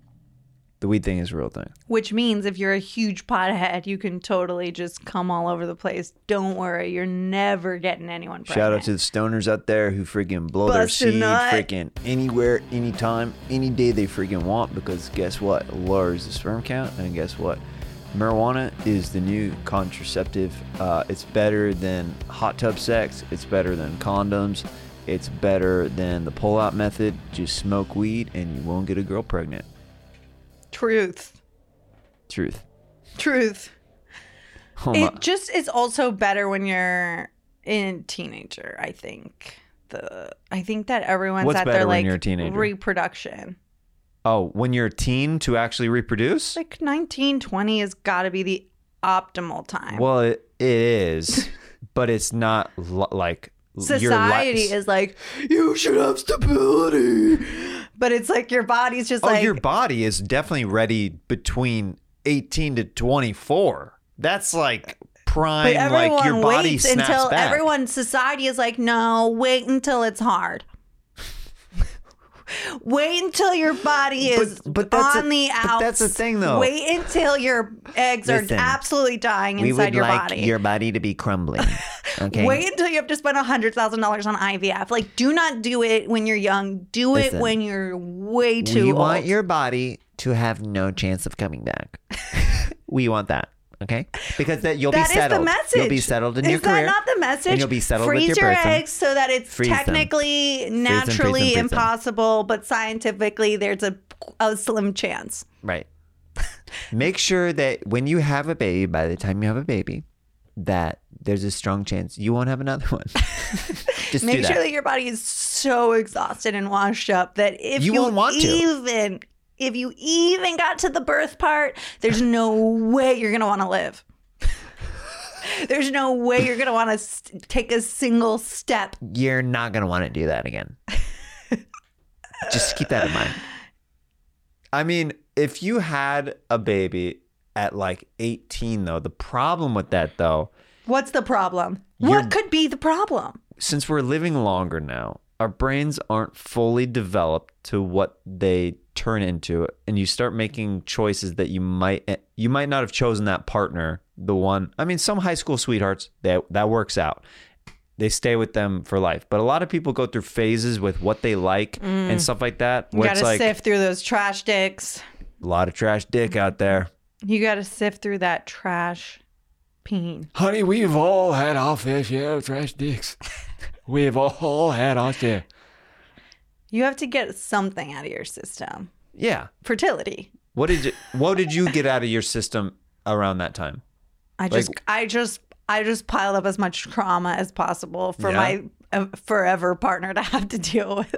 Speaker 3: The weed thing is a real thing.
Speaker 1: Which means if you're a huge pothead, you can totally just come all over the place. Don't worry, you're never getting anyone pregnant.
Speaker 3: Shout out to the stoners out there who freaking blow
Speaker 1: Bust a
Speaker 3: their seed
Speaker 1: nut.
Speaker 3: freaking anywhere, anytime, any day they freaking want because guess what? It lowers the sperm count and guess what? Marijuana is the new contraceptive. Uh, it's better than hot tub sex. It's better than condoms. It's better than the pull-out method. Just smoke weed and you won't get a girl pregnant.
Speaker 1: truth.
Speaker 3: Truth.
Speaker 1: Truth.
Speaker 3: Oh my.
Speaker 1: It just is also better when you're in teenager, I think. The I think that everyone's
Speaker 3: What's
Speaker 1: at their
Speaker 3: better when
Speaker 1: like
Speaker 3: you're a teenager?
Speaker 1: reproduction.
Speaker 3: oh, when you're a teen to actually reproduce?
Speaker 1: Like 19, 20 has got to be the optimal time.
Speaker 3: Well, it, it is, but it's not li- like your li-
Speaker 1: society is like you should have stability but it's like your body's just
Speaker 3: Oh,
Speaker 1: like
Speaker 3: your body is definitely ready between 18 to 24. That's like
Speaker 1: but
Speaker 3: prime.
Speaker 1: everyone
Speaker 3: like your body
Speaker 1: waits
Speaker 3: snaps
Speaker 1: until
Speaker 3: back.
Speaker 1: everyone society is like no wait until it's hard wait until your body is
Speaker 3: But- but that's
Speaker 1: on
Speaker 3: a-
Speaker 1: the outs
Speaker 3: but that's the thing, though.
Speaker 1: wait until your eggs
Speaker 3: Listen,
Speaker 1: are absolutely dying inside your body
Speaker 3: body to be crumbling. Okay.
Speaker 1: Wait until you have to spend hundred thousand dollars on IVF. Like, do not do it when you're young. Do it
Speaker 3: Listen.
Speaker 1: when you're way too old.
Speaker 3: body to have no chance of coming back. we want that. Okay. Because that you'll
Speaker 1: That is the message. is that not the message?
Speaker 3: and you'll be settled with
Speaker 1: Freeze
Speaker 3: your person.
Speaker 1: eggs so that it's
Speaker 3: Freeze them.
Speaker 1: technically,
Speaker 3: them, freeze
Speaker 1: naturally
Speaker 3: them, freeze them.
Speaker 1: impossible, but scientifically there's a, a slim chance.
Speaker 3: Right. Make sure that when you have a baby, by the time you have a baby, that there's a strong chance you won't have another one. Just do
Speaker 1: Make
Speaker 3: that.
Speaker 1: sure that your body is so exhausted and washed up that if you,
Speaker 3: You won't want to.
Speaker 1: even if you even got to the birth part, there's no way you're gonna want to live. There's no way you're going to want to st- take a single step.
Speaker 3: You're not going to want to do that again. Just keep that in mind. I mean, if you had a baby at like 18, though, the problem with that, though,
Speaker 1: What's the problem?
Speaker 3: You're-
Speaker 1: what could be the problem?
Speaker 3: since we're living longer now, our brains aren't fully developed to what they turn into, and you start making choices that you might eh, you might not have chosen that partner, the one. I mean, some high school sweethearts that that works out. They stay with them for life, but a lot of people go through phases with what they like and stuff like that.
Speaker 1: Mm. You
Speaker 3: Where
Speaker 1: got
Speaker 3: it's
Speaker 1: to
Speaker 3: like
Speaker 1: sift through those trash dicks.
Speaker 3: a lot of trash dick out there.
Speaker 1: You got to sift through that trash peen.
Speaker 6: Honey, we've all had our fair share of trash dicks. We've all had our share.
Speaker 1: You have to get something out of your system.
Speaker 3: Yeah.
Speaker 1: Fertility.
Speaker 3: What did you What did you get out of your system around that time?
Speaker 1: I just, I just, I just piled up as much trauma as possible for
Speaker 3: Yeah.
Speaker 1: my uh, forever partner to have to deal with.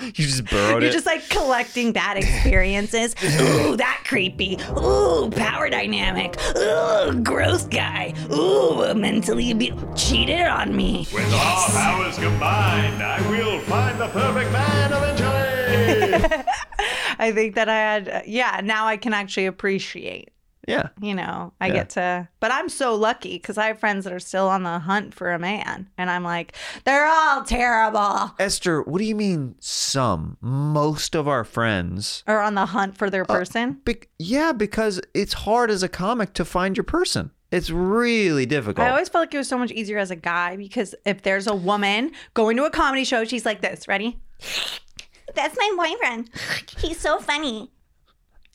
Speaker 3: You just borrowed
Speaker 1: You're
Speaker 3: it.
Speaker 1: just like collecting bad experiences.
Speaker 5: Ooh, that creepy. Ooh, power dynamic. Ooh, gross guy. Ooh, mentally abu- cheated on me.
Speaker 2: With all powers combined, I will find the perfect man eventually.
Speaker 1: I think that I had, yeah, now I can actually appreciate.
Speaker 3: yeah.
Speaker 1: You know, I
Speaker 3: Yeah.
Speaker 1: get to, but I'm so lucky because I have friends that are still on the hunt for a man. And I'm like, they're all terrible
Speaker 3: Esther, what do you mean some? Most of our friends.
Speaker 1: or on the hunt for
Speaker 3: Oh.
Speaker 1: their person.
Speaker 3: Bec- yeah, because it's hard as a comic to find your person. It's really difficult.
Speaker 1: I always felt like it was so much easier as a guy because if there's a woman going to a comedy show, she's like this, ready?
Speaker 5: That's my boyfriend. He's so funny.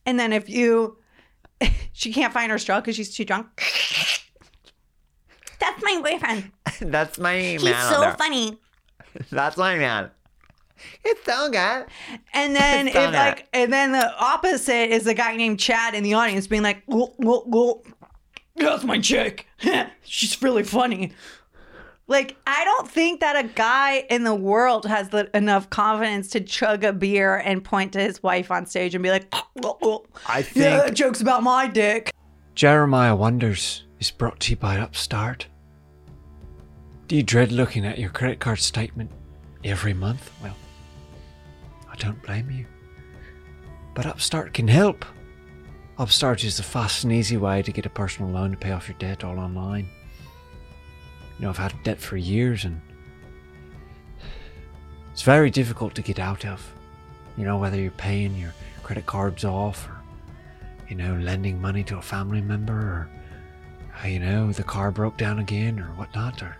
Speaker 1: And then if you, she can't find her straw because she's too drunk.
Speaker 5: That's my boyfriend.
Speaker 3: That's my man.
Speaker 5: He's so funny.
Speaker 3: That's my man. It's so good.
Speaker 1: And then if
Speaker 3: Stop it.
Speaker 1: like, and then the opposite is a guy named Chad in the audience being like, "Whoa, whoa, whoa. that's my chick. She's really funny. Like, I don't think that a guy in the world has the, enough confidence to chug a beer and point to his wife on stage and be like, "Whoa, whoa.
Speaker 3: I think
Speaker 1: yeah, that joke's about my dick.
Speaker 6: Jeremiah Wonders is brought to you by Upstart. Do you dread looking at your credit card statement every month? Well, I don't blame you. But Upstart can help. Upstart is the fast and easy way to get a personal loan to pay off your debt all online. You know, I've had debt for years and it's very difficult to get out of. You know, whether you're paying your credit cards off or you know, lending money to a family member, or, uh, you know, the car broke down again, or whatnot, or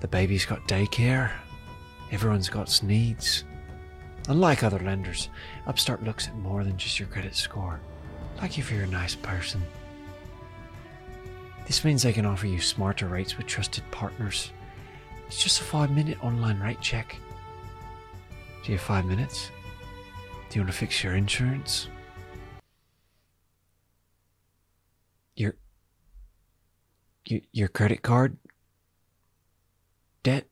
Speaker 6: the baby's got daycare. Everyone's got s- needs. Unlike other lenders, Upstart looks at more than just your credit score, like if you're a nice person. This means they can offer you smarter rates with trusted partners. It's just a five minute online rate check. Do you have five minutes? Do you want to fix your insurance? your your, your credit card debt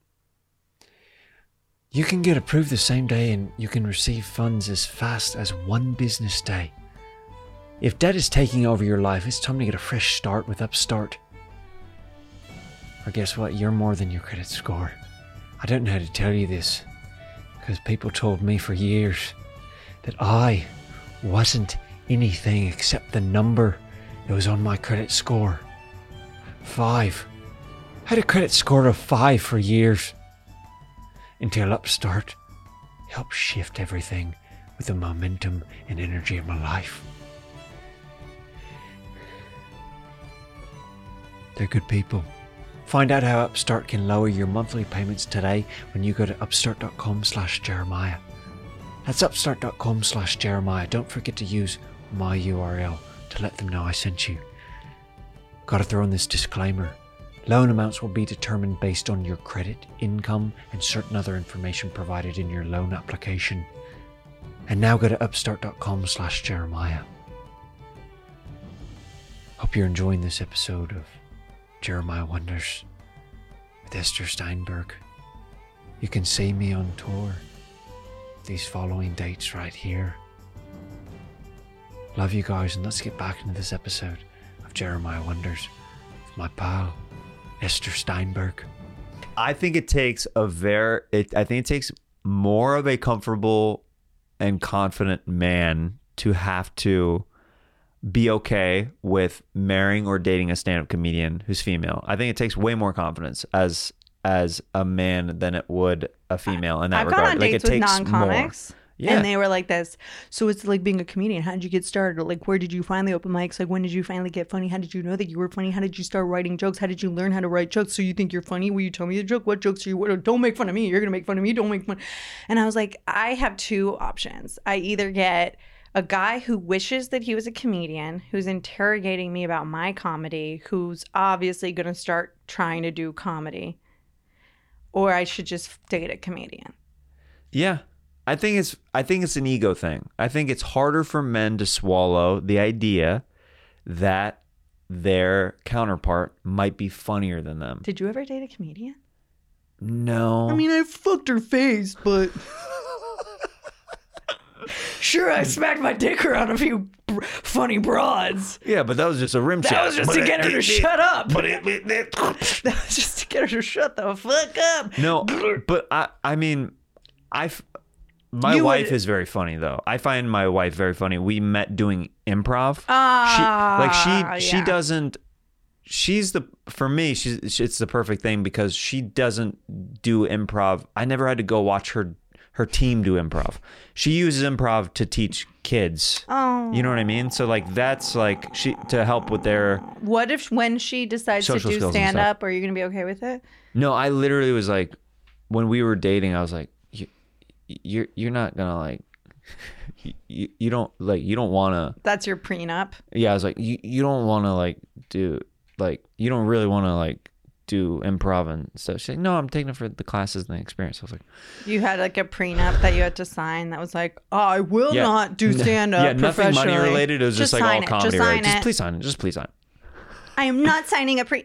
Speaker 6: you can get approved the same day and you can receive funds as fast as one business day if debt is taking over your life it's time to get a fresh start with upstart or guess what you're more than your credit score i don't know how to tell you this because people told me for years that i wasn't anything except the number that was on my credit score. Five. Had a credit score of five for years. Until Upstart helped shift everything with the momentum and energy of my life. They're good people. Find out how Upstart can lower your monthly payments today when you go to upstart.com slash Jeremiah. That's upstart.com slash Jeremiah. Don't forget to use my URL to let them know I sent you. Gotta throw in this disclaimer. Loan amounts will be determined based on your credit, income, and certain other information provided in your loan application. And now go to upstart.com slash Jeremiah. Hope you're enjoying this episode of Jeremiah Wonders with Esther Steinberg. You can see me on tour these following dates right here. Love you guys, and let's get back into this episode of Jeremiah Wonders with my pal, Esther Steinberg.
Speaker 3: I think it takes a very. It, I think it takes more of a comfortable and confident man to have to be okay with marrying or dating a stand-up comedian who's female. I think it takes way more confidence as as a man than it would a female in that
Speaker 1: I've
Speaker 3: regard.
Speaker 1: gone on
Speaker 3: like
Speaker 1: dates
Speaker 3: it
Speaker 1: with
Speaker 3: takes
Speaker 1: non-comics.
Speaker 3: Yeah.
Speaker 1: And they were like this. So it's like being a comedian. How did you get started? Like, where did you find the open mics? Like, when did you finally get funny? How did you know that you were funny? How did you start writing jokes? How did you learn how to write jokes? So you think you're funny? Will you tell me a joke? What jokes are you? What, don't make fun of me. You're gonna make fun of me. Don't make fun. And I was like, I have two options. I either get a guy who wishes that he was a comedian, who's interrogating me about my comedy, who's obviously gonna start trying to do comedy, or I should just date a comedian.
Speaker 3: Yeah. I think it's I think it's an ego thing. I think it's harder for men to swallow the idea that their counterpart might be funnier than them.
Speaker 1: Did you ever date a comedian?
Speaker 3: No.
Speaker 1: I mean, I fucked her face, but. sure, I smacked my dick around a few br- funny broads.
Speaker 3: yeah, but that was just a rim shot.
Speaker 1: That was just to get her to shut up. That was just to get her to shut the fuck up.
Speaker 3: No, but I I mean I f- my
Speaker 1: You
Speaker 3: wife
Speaker 1: would-
Speaker 3: is very funny though. I find my wife very funny. We met doing improv. she like
Speaker 1: Ah,
Speaker 3: she she
Speaker 1: yeah.
Speaker 3: doesn't she's the for me she's she- it's the perfect thing because she doesn't do improv. I never had to go watch her her team do improv. She uses improv to teach kids.
Speaker 1: Oh.
Speaker 3: You know what I mean? So like that's like she to help with their
Speaker 1: What if when she decides
Speaker 3: Social
Speaker 1: to do
Speaker 3: skills and
Speaker 1: stand up, are you going to be okay with it?
Speaker 3: No, I literally was like, when we were dating, I was like, you, you're you're not gonna like, you, you don't like you don't wanna.
Speaker 1: That's your prenup.
Speaker 3: Yeah, I was like, you you don't wanna like do like you don't really wanna like do improv and stuff. She's like, no, I'm taking it for the classes and the experience. I was like,
Speaker 1: You had like a prenup that you had to sign that was like, oh, I will
Speaker 3: Yeah.
Speaker 1: not do stand up.
Speaker 3: yeah, nothing money
Speaker 1: uh, professionally.
Speaker 3: related. It was just, like
Speaker 1: sign
Speaker 3: all
Speaker 1: it.
Speaker 3: comedy
Speaker 1: Just
Speaker 3: related.
Speaker 1: sign
Speaker 3: Just
Speaker 1: it.
Speaker 3: please sign it. Just please sign it.
Speaker 1: I am not signing a pre.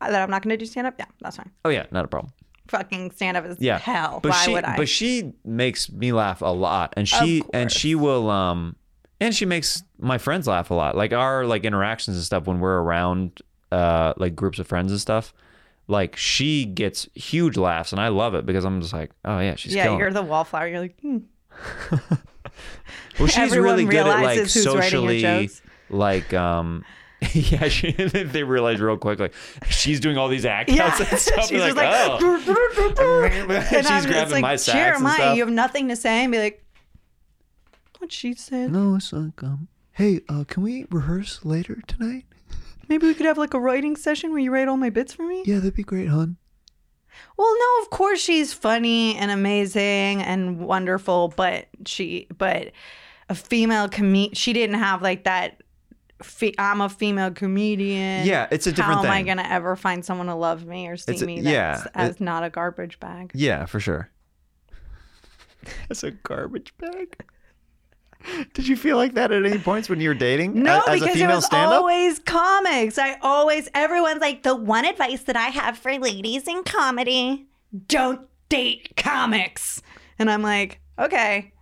Speaker 1: That I'm not going to do stand up. Yeah, that's fine.
Speaker 3: Oh yeah, not a problem.
Speaker 1: fucking stand up is
Speaker 3: yeah
Speaker 1: hell.
Speaker 3: but
Speaker 1: Why
Speaker 3: she
Speaker 1: would I?
Speaker 3: but she makes me laugh a lot and she and she will um and she makes my friends laugh a lot like our like interactions and stuff when we're around uh like groups of friends and stuff like she gets huge laughs and i love it because i'm just like oh yeah she's
Speaker 1: yeah,
Speaker 3: killing
Speaker 1: you're
Speaker 3: it.
Speaker 1: the wallflower. You're like, hmm.
Speaker 3: well she's
Speaker 1: everyone
Speaker 3: really good at like
Speaker 1: realizes who's writing your
Speaker 3: socially
Speaker 1: jokes.
Speaker 3: like um yeah she, they realize real quick like she's doing all these act
Speaker 1: yeah.
Speaker 3: outs and stuff
Speaker 1: She's
Speaker 3: You're
Speaker 1: just like,
Speaker 3: oh.
Speaker 1: and
Speaker 3: She's
Speaker 1: I'm just
Speaker 3: grabbing
Speaker 1: like,
Speaker 3: my sax and
Speaker 1: Jeremiah,
Speaker 3: stuff.
Speaker 1: you have nothing to say, and be like, what she said.
Speaker 6: No, it's like, um, hey, uh, can we rehearse later tonight?
Speaker 1: Maybe we could have like a writing session where you write all my bits for me.
Speaker 6: Yeah, that'd be great, hon.
Speaker 1: Well, no, of course she's funny and amazing and wonderful, but she, but a female comedian, she didn't have like that. Fe- I'm a female comedian.
Speaker 3: Yeah, it's a different
Speaker 1: How am I
Speaker 3: thing.
Speaker 1: gonna ever find someone to love me or see
Speaker 3: It's a-
Speaker 1: me?
Speaker 3: yeah,
Speaker 1: That's, as
Speaker 3: it-
Speaker 1: not a garbage bag.
Speaker 3: Yeah, for sure. As a garbage bag. Did you feel like that at any points when you were dating?
Speaker 1: No,
Speaker 3: as,
Speaker 1: because
Speaker 3: a female
Speaker 1: it was
Speaker 3: stand-up?
Speaker 1: always comics. I always everyone's like the one advice.
Speaker 5: Advice that I have for ladies in comedy.
Speaker 1: don't date comics. And I'm like, okay.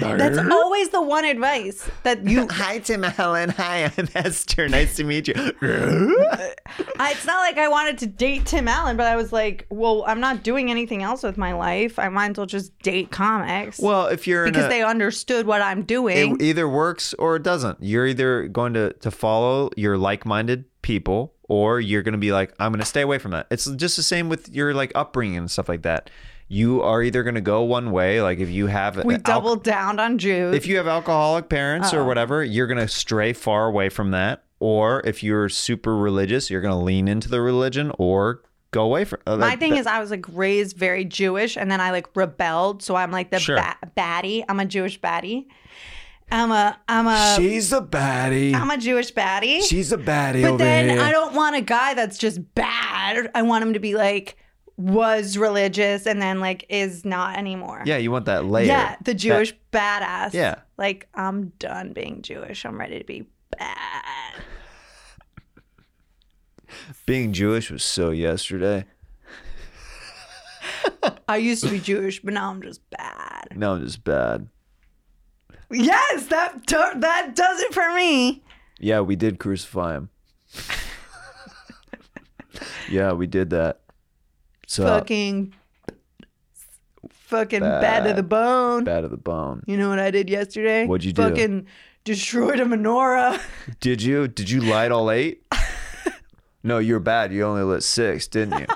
Speaker 1: That's always the one advice that you.
Speaker 3: Hi, Tim Helen. Hi, I'm Esther. Nice to meet you.
Speaker 1: I, it's not like I wanted to date Tim Allen, but I was like, well, I'm not doing anything else with my life. I might as well just date comics
Speaker 3: well, if you're in
Speaker 1: because
Speaker 3: a-
Speaker 1: they understood what I'm doing.
Speaker 3: it either works or it doesn't. You're either going to to follow your like-minded people or you're going to be like I'm going to stay away from that. It's just the same with your like upbringing and stuff like that. You are either going to go one way like if you have
Speaker 1: we
Speaker 3: an alcohol-
Speaker 1: doubled down on Jews.
Speaker 3: if you have alcoholic parents or whatever, you're going to stray far away from that. Or if you're super religious, you're going to lean into the religion or go away from. Uh,
Speaker 1: My
Speaker 3: like,
Speaker 1: thing is, I was like raised very Jewish, and then I like rebelled, so I'm like the
Speaker 3: Sure.
Speaker 1: ba- baddie. I'm a Jewish baddie. I'm a I'm a
Speaker 4: She's a baddie.
Speaker 1: am a Jewish baddie.
Speaker 4: She's a baddie
Speaker 1: but
Speaker 4: over
Speaker 1: then
Speaker 4: here.
Speaker 1: I don't want a guy that's just bad. I want him to be like was religious and then like is not anymore.
Speaker 3: yeah, you want that layer.
Speaker 1: Yeah, the
Speaker 3: That-
Speaker 1: Jewish badass.
Speaker 3: Yeah.
Speaker 1: Like I'm done being Jewish. I'm ready to be bad.
Speaker 3: being Jewish was so yesterday.
Speaker 1: I used to be Jewish, but now I'm just bad.
Speaker 3: Now I'm just bad.
Speaker 1: Yes, that do- that does it for me.
Speaker 3: Yeah, we did crucify him. yeah, we did that. So
Speaker 1: fucking fucking bad to the bone.
Speaker 3: bad of the bone.
Speaker 1: You know what I did yesterday?
Speaker 3: What'd you do?
Speaker 1: fucking destroyed a menorah.
Speaker 3: Did you? Did you light all eight? no, you were bad. You only lit six, didn't you?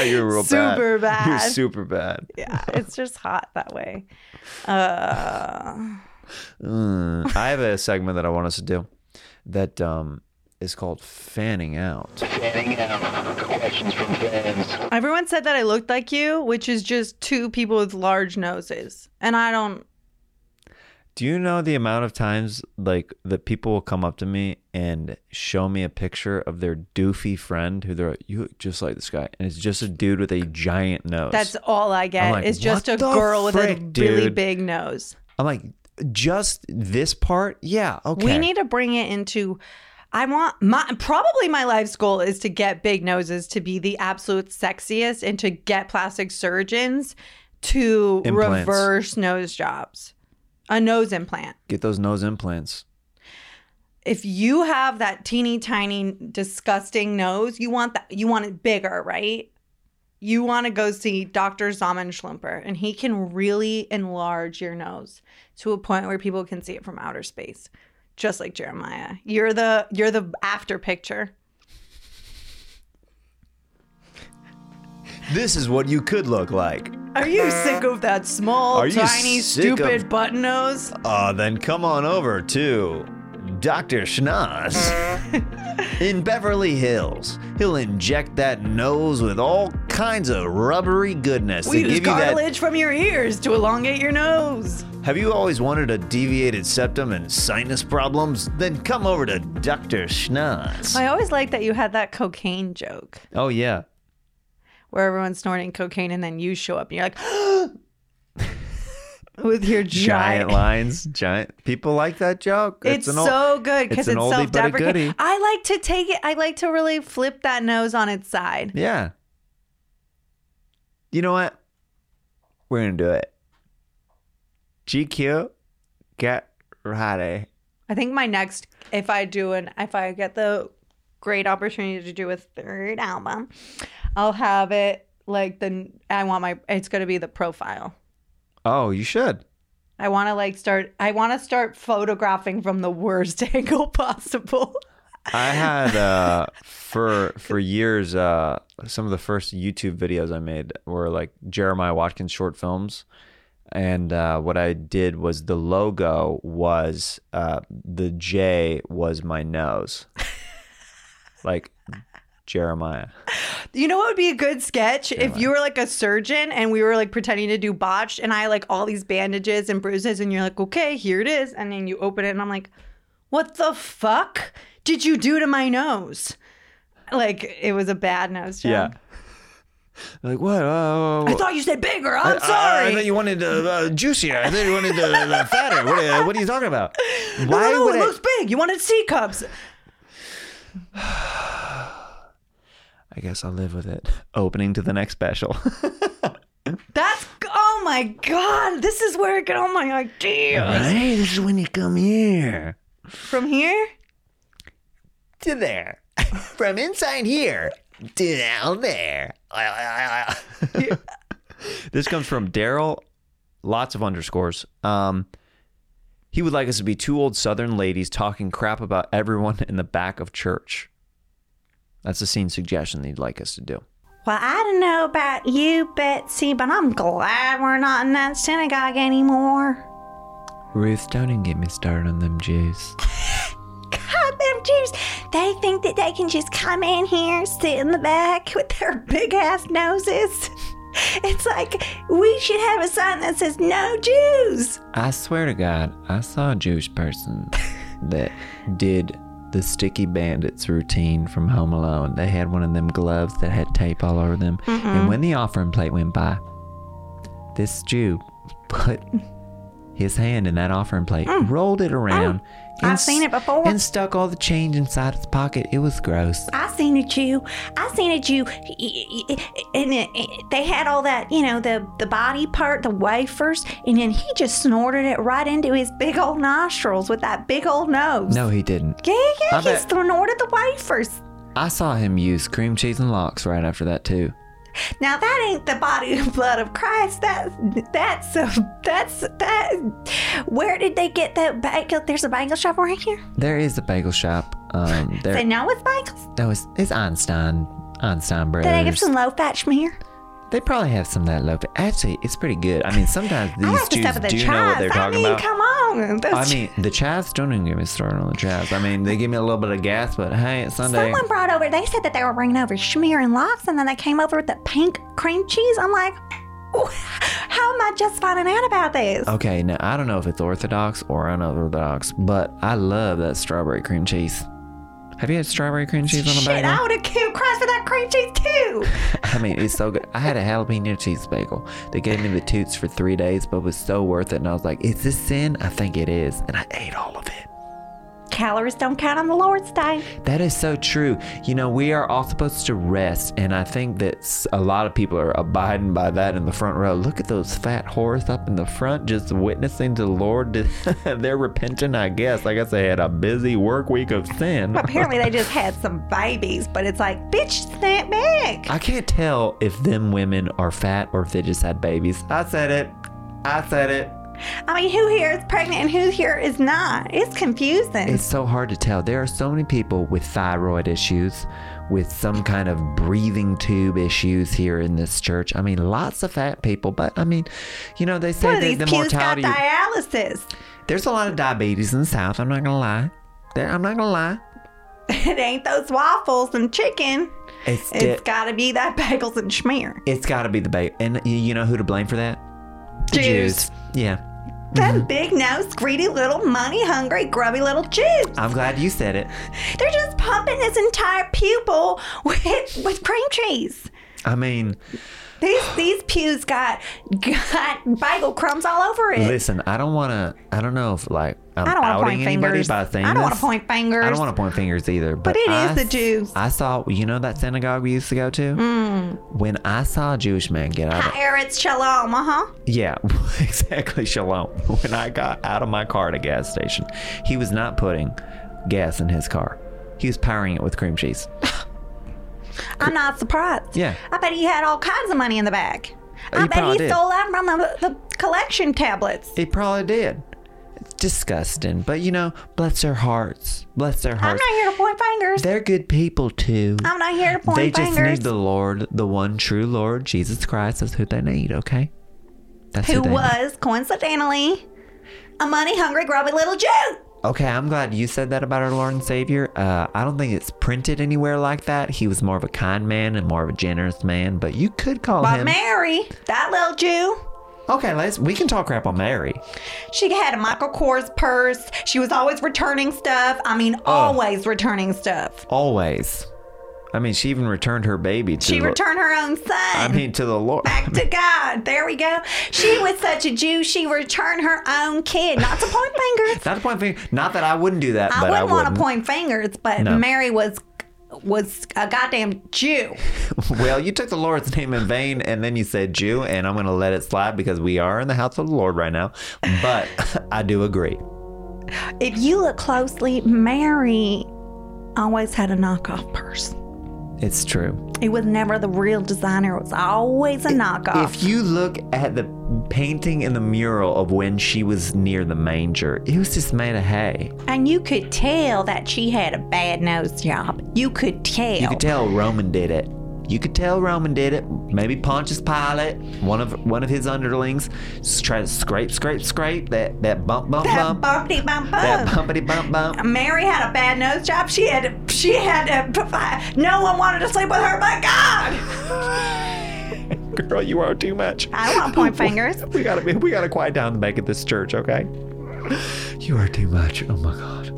Speaker 3: you were real bad.
Speaker 1: Super bad.
Speaker 3: You're super bad.
Speaker 1: yeah, it's just hot that way. Uh,
Speaker 3: Mm. I have a segment that I want us to do that um, is called fanning out.
Speaker 1: Everyone said that I looked like you, which is just two people with large noses. And I don't
Speaker 3: Do you know the amount of times like that people will come up to me and show me a picture of their doofy friend who they're like, you look just like this guy, and it's just a dude with a giant nose.
Speaker 1: that's all I get
Speaker 3: I'm like,
Speaker 1: is just
Speaker 3: "What
Speaker 1: a
Speaker 3: the
Speaker 1: girl with a
Speaker 3: frick,
Speaker 1: really
Speaker 3: dude?"
Speaker 1: big nose.
Speaker 3: I'm like, just this part? Yeah, okay.
Speaker 1: We need to bring it into. I want my probably my life's goal is to get big noses to be the absolute sexiest and to get plastic surgeons to
Speaker 3: Implants.
Speaker 1: reverse nose jobs, a nose implant.
Speaker 3: get those nose implants.
Speaker 1: If you have that teeny tiny disgusting nose, you want that you want it bigger, right? You want to go see Dr. Zaman Schlimper and he can really enlarge your nose to a point where people can see it from outer space just like Jeremiah. You're the you're the after picture.
Speaker 3: This is what you could look like.
Speaker 1: Are you sick of that small,
Speaker 3: Are you
Speaker 1: tiny,
Speaker 3: sick of-
Speaker 1: stupid button nose?
Speaker 3: Uh, then come on over to Dr. Schnoz in Beverly Hills. He'll inject that nose with all kinds of rubbery goodness
Speaker 1: We
Speaker 3: to
Speaker 1: use
Speaker 3: give you that.
Speaker 1: cartilage from your ears to elongate your nose.
Speaker 3: Have you always wanted a deviated septum and sinus problems? Then come over to Dr. Schnoz.
Speaker 1: I always liked that you had that cocaine joke
Speaker 3: Oh, yeah.
Speaker 1: where everyone's snorting cocaine and then you show up and you're like, with your
Speaker 3: Giant
Speaker 1: giant.
Speaker 3: lines, giant. People like that joke.
Speaker 1: It's,
Speaker 3: old-
Speaker 1: so good
Speaker 3: it's
Speaker 1: because
Speaker 3: an
Speaker 1: it's,
Speaker 3: oldie but a
Speaker 1: self-deprecating.
Speaker 3: goodie.
Speaker 1: I like to take it. I like to really flip that nose on its side.
Speaker 3: Yeah. You know what? We're gonna do it. GQ, get ready.
Speaker 1: I think my next, if I do an, if I get the great opportunity to do a third album, I'll have it like the. I want my. It's gonna be the profile.
Speaker 3: Oh, you should.
Speaker 1: I want to like start. I want to start photographing from the worst angle possible.
Speaker 3: I had uh, for for years. Uh, some of the first YouTube videos I made were like Jeremiah Watkins short films, and uh, what I did was the logo was uh, the J was my nose, like Jeremiah.
Speaker 1: You know what would be a good sketch if you were like a surgeon and we were like pretending to do botched, and I had, like all these bandages and bruises, and you're like, okay, here it is, and then you open it, and I'm like, what the fuck did you do to my nose? Like it was a bad nose job.
Speaker 3: Yeah. Like what? Uh,
Speaker 1: I thought you said bigger. I'm
Speaker 3: I- I,
Speaker 1: sorry.
Speaker 3: thought you wanted uh, uh, juicier. I thought you wanted uh, uh, fatter. What, are- what are you talking about? Why
Speaker 1: no,
Speaker 3: would
Speaker 1: it
Speaker 3: I?
Speaker 1: looks big. You wanted C cups.
Speaker 3: I guess I'll live with it. Opening to the next special.
Speaker 1: That's oh my god. This is where I get all my ideas
Speaker 3: hey, this is when you come here
Speaker 1: from here.
Speaker 3: to there, from inside here to down there. this comes from Daryl. Lots of underscores. Um, he would like us to be two old Southern ladies talking crap about everyone in the back of church. That's a scene suggestion he'd like us to do.
Speaker 1: Well, I don't know about you, Betsy, but I'm glad we're not in that synagogue anymore.
Speaker 3: Ruth, don't even get me started on them Jews.
Speaker 5: God, them Jews, they think that they can just come in here, sit in the back with their big ass noses. It's like we should have a sign that says no Jews.
Speaker 3: I swear to God, I saw a Jewish person that did the Sticky Bandits routine from Home Alone. They had one of them gloves that had tape all over them. And when the offering plate went by, this Jew put his hand in that offering plate, rolled it around. and
Speaker 5: Oh.
Speaker 1: I've seen
Speaker 3: s-
Speaker 1: it before.
Speaker 3: And stuck all the change inside his pocket. It was gross.
Speaker 5: I seen a Jew. I seen a Jew, and it- it- they had all that, you know, the the body part, the wafers, and then he just snorted it right into his big old nostrils with that big old nose.
Speaker 3: No, he didn't.
Speaker 5: Yeah, yeah,
Speaker 3: I
Speaker 5: he
Speaker 3: bet-
Speaker 5: snorted the wafers.
Speaker 3: I saw him use cream cheese and locks right after that too.
Speaker 5: Now that ain't the body and blood of Christ. That's that's a, that's that. Where did they get that bagel? There's a bagel shop right here.
Speaker 3: There is a bagel shop. Um,
Speaker 5: They
Speaker 3: there
Speaker 5: know it's bagels.
Speaker 3: that was it's Einstein Einstein
Speaker 5: Did I
Speaker 3: Brothers.
Speaker 5: get some low fat schmear?
Speaker 3: they probably have some of that low. Actually, it's pretty good. I mean, sometimes
Speaker 5: I
Speaker 3: these
Speaker 5: like the
Speaker 3: Jews
Speaker 5: stuff with the
Speaker 3: do know what they're
Speaker 5: chives. I
Speaker 3: talking
Speaker 5: mean,
Speaker 3: about.
Speaker 5: come on. Those
Speaker 3: I mean, the chives don't even get me started on the chives. I mean, they give me a little bit of gas, but hey, it's Sunday.
Speaker 5: Someone brought over, they said that they were bringing over schmear and lox, and then they came over with the pink cream cheese. I'm like, how am I just finding out about this?
Speaker 3: Okay, now I don't know if it's orthodox or unorthodox, but I love that strawberry cream cheese. Have you had strawberry cream cheese on a
Speaker 5: Shit,
Speaker 3: bagel?
Speaker 5: I would have killed Christ for that cream cheese too.
Speaker 3: I mean, it's so good. I had a jalapeno cheese bagel. They gave me the toots for three days, but it was so worth it. And I was like, is this sin? I think it is. And I ate all of it.
Speaker 5: Calories don't count on the Lord's Day.
Speaker 3: That is so true. You know, we are all supposed to rest. And I think that s- a lot of people are abiding by that in the front row. Look at those fat whores up in the front just witnessing to the Lord. They're repenting, I guess. I guess they had a busy work week of sin.
Speaker 5: Apparently, they just had some babies, but it's like, bitch, snap back.
Speaker 3: I can't tell if them women are fat or if they just had babies. I said it. I said it.
Speaker 5: I mean, who here is pregnant and who here is not? It's confusing.
Speaker 3: It's so hard to tell. There are so many people with thyroid issues, with some kind of breathing tube issues here in this church. I mean, lots of fat people, but I mean, you know, they say
Speaker 5: One of
Speaker 3: that
Speaker 5: these
Speaker 3: the
Speaker 5: pews got
Speaker 3: mortality.
Speaker 5: dialysis.
Speaker 3: There's a lot of diabetes in the South. I'm not gonna lie. There, I'm not gonna lie.
Speaker 5: it ain't those waffles and chicken.
Speaker 3: It's
Speaker 5: It's
Speaker 3: de-
Speaker 5: got to be that bagels and schmear.
Speaker 3: it's got to be the bait, and y- you know who to blame for that? The
Speaker 5: Jews.
Speaker 3: Yeah,
Speaker 5: Them big nosed, greedy little, money hungry, grubby little Jews.
Speaker 3: I'm glad you said it.
Speaker 5: They're just pumping this entire pupil with, with cream cheese.
Speaker 3: I mean,
Speaker 5: These these pews got got bagel crumbs all over it.
Speaker 3: listen, I don't wanna. I don't know if like I'm
Speaker 5: I don't want to
Speaker 3: outing
Speaker 5: point
Speaker 3: anybody
Speaker 5: fingers.
Speaker 3: by
Speaker 5: I
Speaker 3: saying
Speaker 5: don't want to
Speaker 3: this.
Speaker 5: point fingers.
Speaker 3: I don't want to point fingers either, but,
Speaker 5: it is
Speaker 3: I,
Speaker 5: the Jews.
Speaker 3: I saw, you know, that synagogue we used to go to.
Speaker 5: Mm.
Speaker 3: When I saw a Jewish man get out, of,
Speaker 5: Hi, Eretz Shalom, uh huh.
Speaker 3: yeah, exactly, shalom. When I got out of my car at a gas station, he was not putting gas in his car. He was powering it with cream cheese.
Speaker 5: I'm not surprised.
Speaker 3: Yeah.
Speaker 5: I bet he had all kinds of money in the bag.
Speaker 3: He
Speaker 5: I bet
Speaker 3: probably
Speaker 5: he
Speaker 3: did.
Speaker 5: stole that from the, the collection tablets.
Speaker 3: He probably did. It's disgusting, but you know, bless their hearts. Bless their
Speaker 5: I'm
Speaker 3: hearts.
Speaker 5: not here to point fingers.
Speaker 3: They're good people too.
Speaker 5: I'm not here to point
Speaker 3: they just
Speaker 5: fingers.
Speaker 3: need the Lord, the one true Lord, Jesus Christ. That's who they need. Okay, that's
Speaker 5: who
Speaker 3: they need.
Speaker 5: was coincidentally a money hungry, grubby little Jew.
Speaker 3: Okay, I'm glad you said that about our Lord and Savior. Uh, I don't think it's printed anywhere like that. He was more of a kind man and more of a generous man, but you could call
Speaker 5: But
Speaker 3: him.
Speaker 5: Mary, that little Jew,
Speaker 3: okay, let's. We can talk crap on Mary.
Speaker 5: she had a Michael Kors purse. She was always returning stuff. I mean,
Speaker 3: Oh.
Speaker 5: always returning stuff.
Speaker 3: Always. I mean, she even returned her baby to.
Speaker 5: She
Speaker 3: the,
Speaker 5: returned her own son.
Speaker 3: I mean, to the Lord.
Speaker 5: Back to God. There we go. She was such a Jew. She returned her own kid. Not to point fingers.
Speaker 3: Not to point finger. Not that I wouldn't do that,
Speaker 5: I
Speaker 3: but
Speaker 5: wouldn't,
Speaker 3: I
Speaker 5: want
Speaker 3: wouldn't.
Speaker 5: to point fingers, but
Speaker 3: No.
Speaker 5: Mary was was a goddamn Jew.
Speaker 3: Well, you took the Lord's name in vain, and then you said Jew, and I'm going to let it slide because we are in the house of the Lord right now. But I do agree.
Speaker 5: If you look closely, Mary always had a knockoff purse.
Speaker 3: It's true.
Speaker 5: It was never the real designer. It was always a knockoff.
Speaker 3: If you look at the painting in the mural of when she was near the manger, it was just made of hay.
Speaker 5: and you could tell that she had a bad nose job. You could tell.
Speaker 3: You could tell Roman did it. You could tell Roman did it. Maybe Pontius Pilate, one of one of his underlings, s- tried to scrape, scrape, scrape that that bump, bump,
Speaker 5: that
Speaker 3: bump,
Speaker 5: bumpity bump
Speaker 3: that
Speaker 5: bump.
Speaker 3: bumpity bump, bump.
Speaker 5: Mary had a bad nose job. She had she had a, no one wanted to sleep with her but God.
Speaker 3: Girl, you are too much.
Speaker 5: I don't want to point fingers.
Speaker 3: We gotta be, we gotta quiet down the back of this church, okay? You are too much. Oh my god.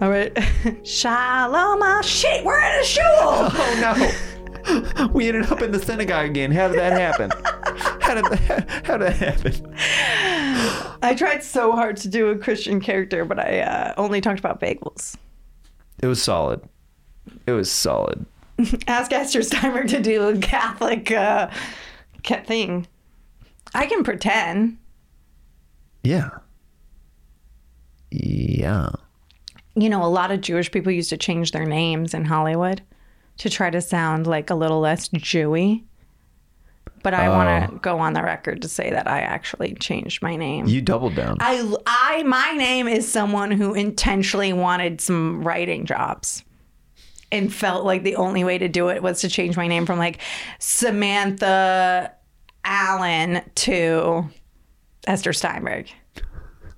Speaker 1: All right.
Speaker 5: Shalom, ah, shit, we're in a shul.
Speaker 3: Oh no. we ended up in the synagogue again. How did that happen? How did that, how did that happen?
Speaker 1: I tried so hard to do a Christian character, but I uh, only talked about bagels.
Speaker 3: It was solid. It was solid.
Speaker 1: Ask Esther Steimer to do a Catholic uh, ca- thing. I can pretend.
Speaker 3: Yeah. Yeah.
Speaker 1: You know, a lot of Jewish people used to change their names in Hollywood to try to sound like a little less Jewy. But I want to go on the record to say that I actually changed my name.
Speaker 3: You doubled down.
Speaker 1: I, I, my name is someone who intentionally wanted some writing jobs and felt like the only way to do it was to change my name from like Samantha Allen to Esther Steinberg.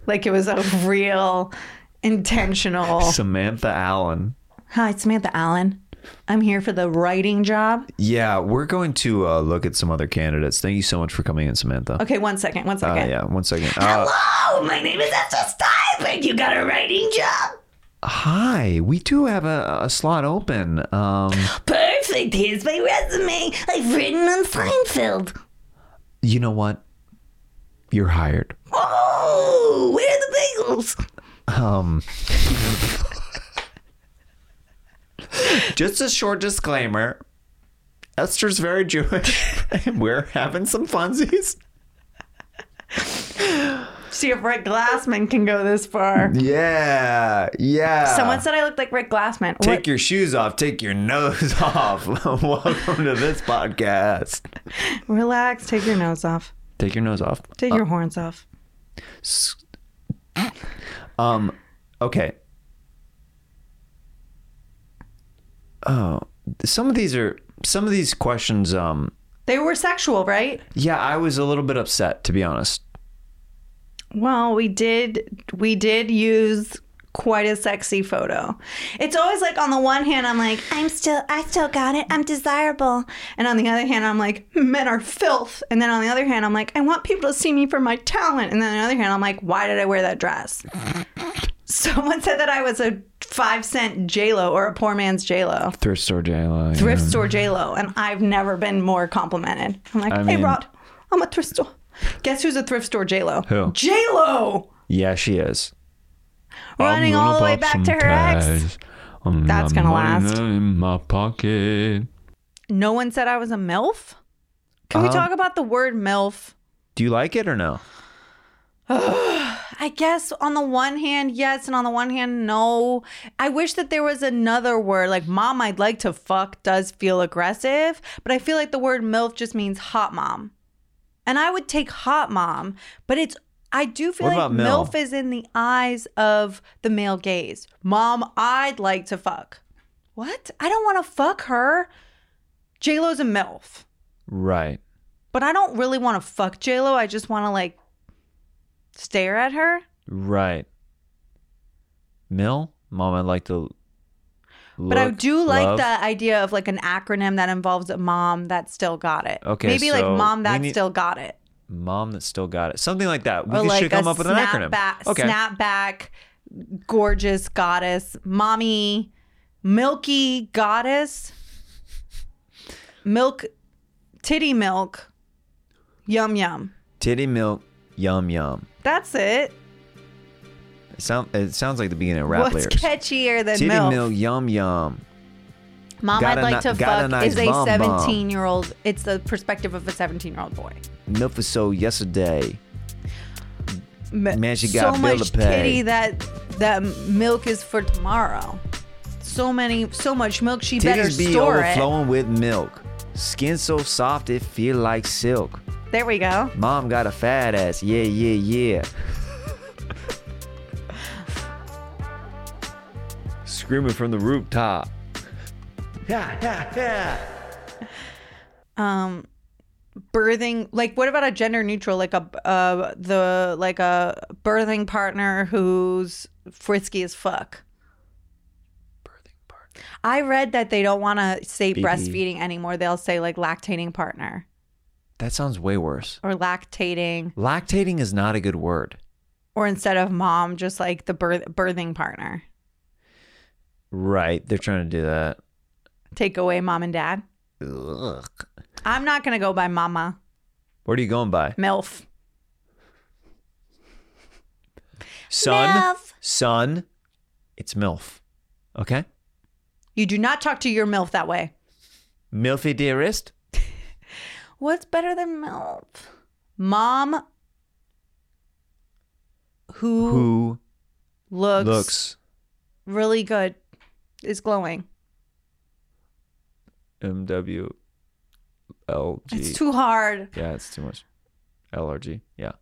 Speaker 1: Like it was a real intentional.
Speaker 3: Samantha Allen.
Speaker 1: Hi, it's Samantha Allen. I'm here for the writing job.
Speaker 3: Yeah, we're going to uh, look at some other candidates. Thank you so much for coming in, Samantha.
Speaker 1: Okay, one second, one
Speaker 3: Uh,
Speaker 1: second.
Speaker 3: yeah, one second. Uh,
Speaker 5: Hello, Oh, my name is Esther Steinberg. You got a writing job?
Speaker 3: hi, we do have a, a slot open. Um,
Speaker 5: Perfect. Here's my resume. I've written on Seinfeld.
Speaker 3: you know what? You're hired.
Speaker 5: Oh, where are the bagels?
Speaker 3: Um, just a short disclaimer. Esther's very Jewish, and we're having some funsies.
Speaker 1: See if Rick Glassman can go this far.
Speaker 3: Yeah, yeah.
Speaker 1: Someone said I looked like Rick Glassman.
Speaker 3: take
Speaker 1: What-
Speaker 3: your shoes off, take your nose off. Welcome to this podcast.
Speaker 1: Relax, take your nose off,
Speaker 3: Take your nose off.
Speaker 1: take your horns off.
Speaker 3: Um, okay. Oh, some of these are some of these questions. Um,
Speaker 1: They were sexual, right?
Speaker 3: yeah, I was a little bit upset to be honest.
Speaker 1: Well, we did we did use quite a sexy photo. It's always like on the one hand I'm like,
Speaker 5: I'm still, I still got it. I'm desirable.
Speaker 1: and on the other hand I'm like, men are filth. And then on the other hand I'm like, I want people to see me for my talent. And then on the other hand I'm like, why did I wear that dress? Someone said that I was a five cent J Lo or a poor man's J Lo.
Speaker 3: Thrift store JLo.
Speaker 1: Thrift store J Lo, and I've never been more complimented. I'm like, hey
Speaker 3: mean-
Speaker 1: Rod, I'm a thrift store. Guess who's a thrift store J Lo?
Speaker 3: Who?
Speaker 1: J Lo.
Speaker 3: Yeah, she is.
Speaker 1: running all the way back to her ex. That's gonna last.
Speaker 6: In my pocket.
Speaker 1: No one said I was a MILF. Can we
Speaker 3: Uh-huh.
Speaker 1: talk about the word MILF?
Speaker 3: Do you like it or no?
Speaker 1: I guess on the one hand, yes, and on the one hand, no. I wish that there was another word. Like, mom, I'd like to fuck does feel aggressive, but I feel like the word MILF just means hot mom. And I would take hot mom, but it's, I do feel
Speaker 3: What
Speaker 1: like
Speaker 3: about Mil?
Speaker 1: MILF is in the eyes of the male gaze. Mom, I'd like to fuck. What? I don't want to fuck her. JLo's a MILF.
Speaker 3: Right.
Speaker 1: but I don't really want to fuck JLo. I just want to like stare at her.
Speaker 3: Right. Mill? Mom, I'd like to
Speaker 1: but I
Speaker 3: look,
Speaker 1: do like
Speaker 3: love.
Speaker 1: the idea of like an acronym that involves a mom that still got it.
Speaker 3: Okay,
Speaker 1: Maybe like
Speaker 3: so
Speaker 1: mom
Speaker 3: we
Speaker 1: that
Speaker 3: need-
Speaker 1: still got it.
Speaker 3: Mom that still got it. Something like that. We
Speaker 1: Or
Speaker 3: should
Speaker 1: like
Speaker 3: come
Speaker 1: a
Speaker 3: up with an
Speaker 1: snap
Speaker 3: acronym.
Speaker 1: back,
Speaker 3: okay.
Speaker 1: snapback, gorgeous goddess, mommy, milky goddess, milk, titty milk, yum yum.
Speaker 3: Titty milk, yum yum.
Speaker 1: That's it.
Speaker 3: It, sound, it sounds like the beginning of rap
Speaker 1: What's
Speaker 3: lyrics.
Speaker 1: catchier than
Speaker 3: Titty
Speaker 1: milk?
Speaker 3: milk, yum yum.
Speaker 1: Mom,
Speaker 3: Got
Speaker 1: I'd
Speaker 3: a
Speaker 1: like
Speaker 3: ni-
Speaker 1: to
Speaker 3: got a
Speaker 1: fuck
Speaker 3: nice
Speaker 1: is a
Speaker 3: bum bum.
Speaker 1: 17 year old. It's the perspective of a 17 year old boy.
Speaker 3: Milk was so yesterday.
Speaker 1: Ma-
Speaker 3: Man, she
Speaker 1: so
Speaker 3: got a bill
Speaker 1: much
Speaker 3: to pay.
Speaker 1: titty that that milk is for tomorrow. So many, so much milk. She better
Speaker 3: Titties be
Speaker 1: store it.
Speaker 3: overflowing with milk. Skin so soft it feel like silk.
Speaker 1: There we go.
Speaker 3: Mom got a fat ass. Yeah, yeah, yeah. Screaming from the rooftop.
Speaker 1: Um, birthing like what about a gender neutral like a uh the like a birthing partner who's frisky as fuck. I read that they don't want to say
Speaker 3: BD.
Speaker 1: breastfeeding anymore. They'll say like lactating partner.
Speaker 3: That sounds way worse.
Speaker 1: or lactating,
Speaker 3: Lactating is not a good word.
Speaker 1: or instead of mom, just like the birth- birthing partner.
Speaker 3: Right. They're trying to do that.
Speaker 1: Take away mom and dad.
Speaker 3: Ugh.
Speaker 1: I'm not going to go by mama,
Speaker 3: What are you going by?
Speaker 1: MILF.
Speaker 3: Son?
Speaker 5: Milf.
Speaker 3: Son? It's MILF. Okay?
Speaker 1: You do not talk to your MILF that way.
Speaker 3: Milfy dearest?
Speaker 1: What's better than MILF? Mom who,
Speaker 3: Who
Speaker 1: looks,
Speaker 3: looks
Speaker 1: really good is glowing.
Speaker 3: MWLG?
Speaker 1: It's too hard.
Speaker 3: yeah, it's too much. LRG. Yeah.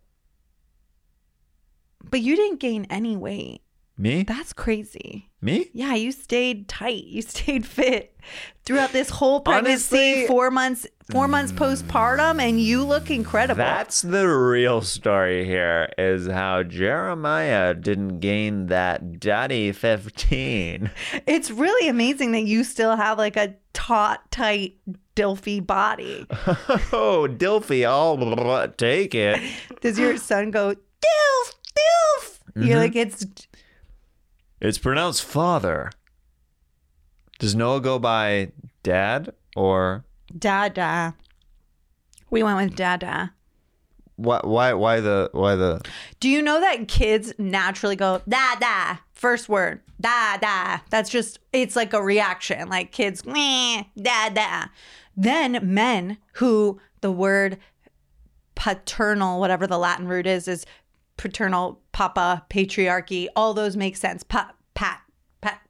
Speaker 1: But you didn't gain any weight.
Speaker 3: Me?
Speaker 1: That's crazy.
Speaker 3: Me?
Speaker 1: Yeah, you stayed tight. You stayed fit throughout this whole pregnancy, four months, four months postpartum, and you look incredible.
Speaker 3: That's the real story here is how Jeremiah didn't gain that daddy 15.
Speaker 1: it's really amazing that you still have like a taut, tight, dilfy body.
Speaker 3: oh, Dilfy, I'll take it.
Speaker 1: Does your son go dilf, dilf? You're like it's
Speaker 3: It's pronounced father. Does Noah go by dad or
Speaker 1: dada. We went with dada.
Speaker 3: why why why the why the
Speaker 1: Do you know that kids naturally go da da first word da da? That's just it's like a reaction. Like kids meh, da da. Then men who the word paternal, whatever the Latin root is, is paternal, papa, patriarchy. All those make sense. Pat pat pat.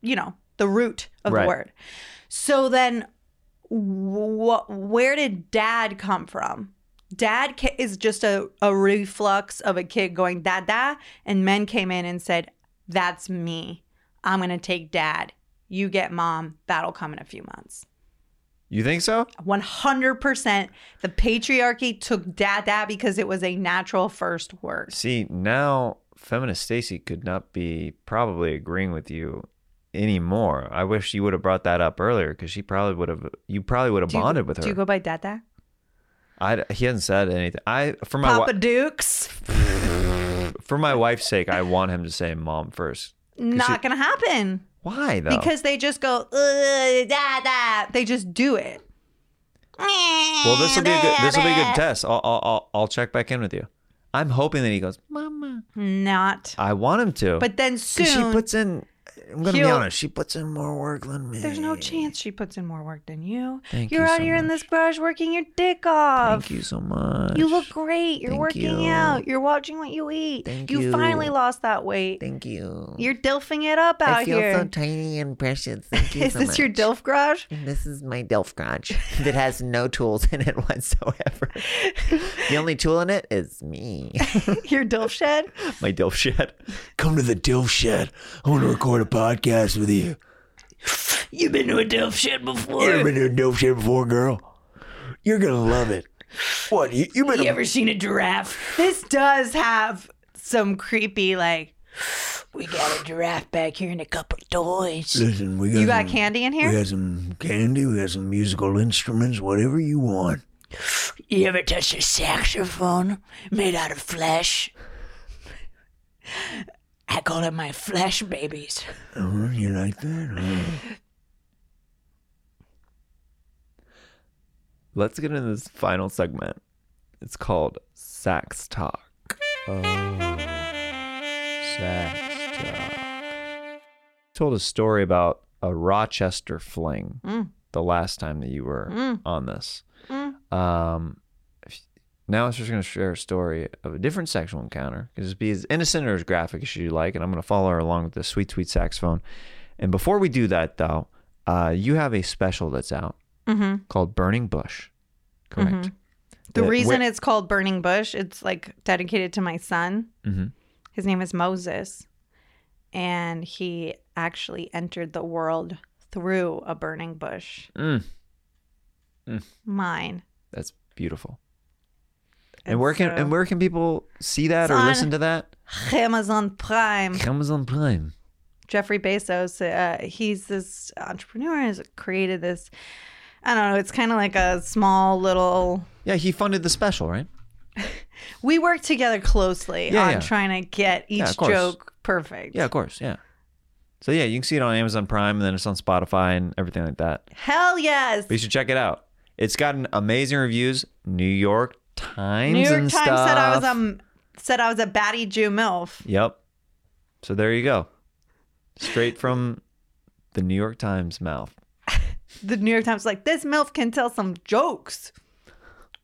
Speaker 1: You know the root of
Speaker 3: Right.
Speaker 1: the word. So then, wh- where did dad come from? Dad ca- is just a, a reflux of a kid going dad da, and men came in and said, "That's me. I'm gonna take dad. You get mom. That'll come in a few months."
Speaker 3: You think so?
Speaker 1: 100%. The patriarchy took dad da because it was a natural first word.
Speaker 3: See, now feminist Stacy could not be probably agreeing with you anymore. I wish you would have brought that up earlier cuz she probably would have you probably would have
Speaker 1: Do you-
Speaker 3: bonded with her.
Speaker 1: Do you go by dad da?
Speaker 3: I he hasn't said anything. I for my
Speaker 1: Papa
Speaker 3: wi-
Speaker 1: Dukes?
Speaker 3: for my wife's sake, I want him to say mom first.
Speaker 1: Not gonna happen.
Speaker 3: Why though?
Speaker 1: Because they just go, "Ugh, da da. They just do it.
Speaker 3: Well, this will be a good, this will be a good test. I'll, I'll I'll I'll check back in with you. I'm hoping that he goes, Mama.
Speaker 1: Not.
Speaker 3: I want him to.
Speaker 1: But then
Speaker 3: 'Cause
Speaker 1: soon,
Speaker 3: Uh, she puts in. I'm gonna be
Speaker 1: he'll-
Speaker 3: honest. She puts in more work than me.
Speaker 1: there's no chance she puts in more work than you.
Speaker 3: Thank
Speaker 1: You're
Speaker 3: you
Speaker 1: out
Speaker 3: so
Speaker 1: here in this garage working your dick off.
Speaker 3: Thank you so much.
Speaker 1: You look great. You're
Speaker 3: Thank
Speaker 1: working
Speaker 3: you.
Speaker 1: out. You're watching what you eat.
Speaker 4: Thank
Speaker 1: you,
Speaker 4: you.
Speaker 1: finally lost that weight.
Speaker 4: Thank you.
Speaker 1: You're dilfing it up out
Speaker 4: I feel
Speaker 1: here.
Speaker 4: so tiny and precious. Thank you
Speaker 1: Is
Speaker 4: so
Speaker 1: this
Speaker 4: much.
Speaker 1: your dilf garage?
Speaker 4: This is my Delph garage that has no tools in it whatsoever. the only tool in it is me.
Speaker 1: your dilf shed?
Speaker 3: my dilf shed.
Speaker 4: Come to the Dilf shed. I want to record a podcast with you.
Speaker 1: You've been to a dilf shed before.
Speaker 4: You've been to a Dilf shed before, girl. You're gonna love it. What? You, you've been to
Speaker 1: ever seen a giraffe? This does have some creepy like. We got a giraffe back here and a couple of toys.
Speaker 4: Listen, we got
Speaker 1: You got
Speaker 4: some-
Speaker 1: candy in
Speaker 4: Mm. We
Speaker 1: here?
Speaker 4: got some candy. We got some musical instruments. Whatever you want.
Speaker 1: You ever touched a saxophone made out of flesh? I call them my flesh babies.
Speaker 4: Uh-huh, you like that? Uh-huh. huh?
Speaker 3: Let's get into this final segment. It's called Sax Talk. Oh, Sax Talk. Told a story about a Rochester fling the last time that you were on this. Um, if- now I'm just going to share a story of a different sexual encounter. It can just be as innocent or as graphic as you like, and I'm going to follow her along with the sweet, sweet saxophone. And before we do that, though, uh, you have a special that's out
Speaker 1: Mm-hmm.
Speaker 3: called Burning Bush. Correct.
Speaker 1: The
Speaker 3: That-
Speaker 1: reason
Speaker 3: where-
Speaker 1: it's called Burning Bush, it's like dedicated to my son.
Speaker 4: Mm-hmm.
Speaker 3: Mhm.
Speaker 1: His name is Moses. And he actually entered the world through a burning bush.
Speaker 3: Mm,
Speaker 4: Mm.
Speaker 1: Mine.
Speaker 3: that's beautiful. And, where can
Speaker 1: so-
Speaker 3: and where can people see that
Speaker 1: It's
Speaker 3: or
Speaker 1: on-
Speaker 3: listen to that?
Speaker 1: Amazon Prime.
Speaker 3: Amazon Prime.
Speaker 1: Jeffrey Bezos, uh, he's this entrepreneur has created this. I don't know. It's kind of like a small little.
Speaker 3: Yeah, he funded the special, right?
Speaker 1: We work together closely
Speaker 3: Yeah,
Speaker 1: on
Speaker 3: yeah.
Speaker 1: trying to get each
Speaker 3: Yeah, of course.
Speaker 1: joke perfect.
Speaker 3: Yeah, of course. Yeah. So yeah, you can see it on Amazon Prime, and then it's on Spotify and everything like that.
Speaker 1: Hell yes.
Speaker 3: But you should check it out. It's gotten amazing reviews. New York Times.
Speaker 1: New York
Speaker 3: and
Speaker 1: Times said I was
Speaker 3: stuff.
Speaker 1: um said I was a batty Jew milf.
Speaker 3: Yep. So there you go. Straight from the New York Times mouth.
Speaker 1: The New York Times is like, this MILF can tell some jokes.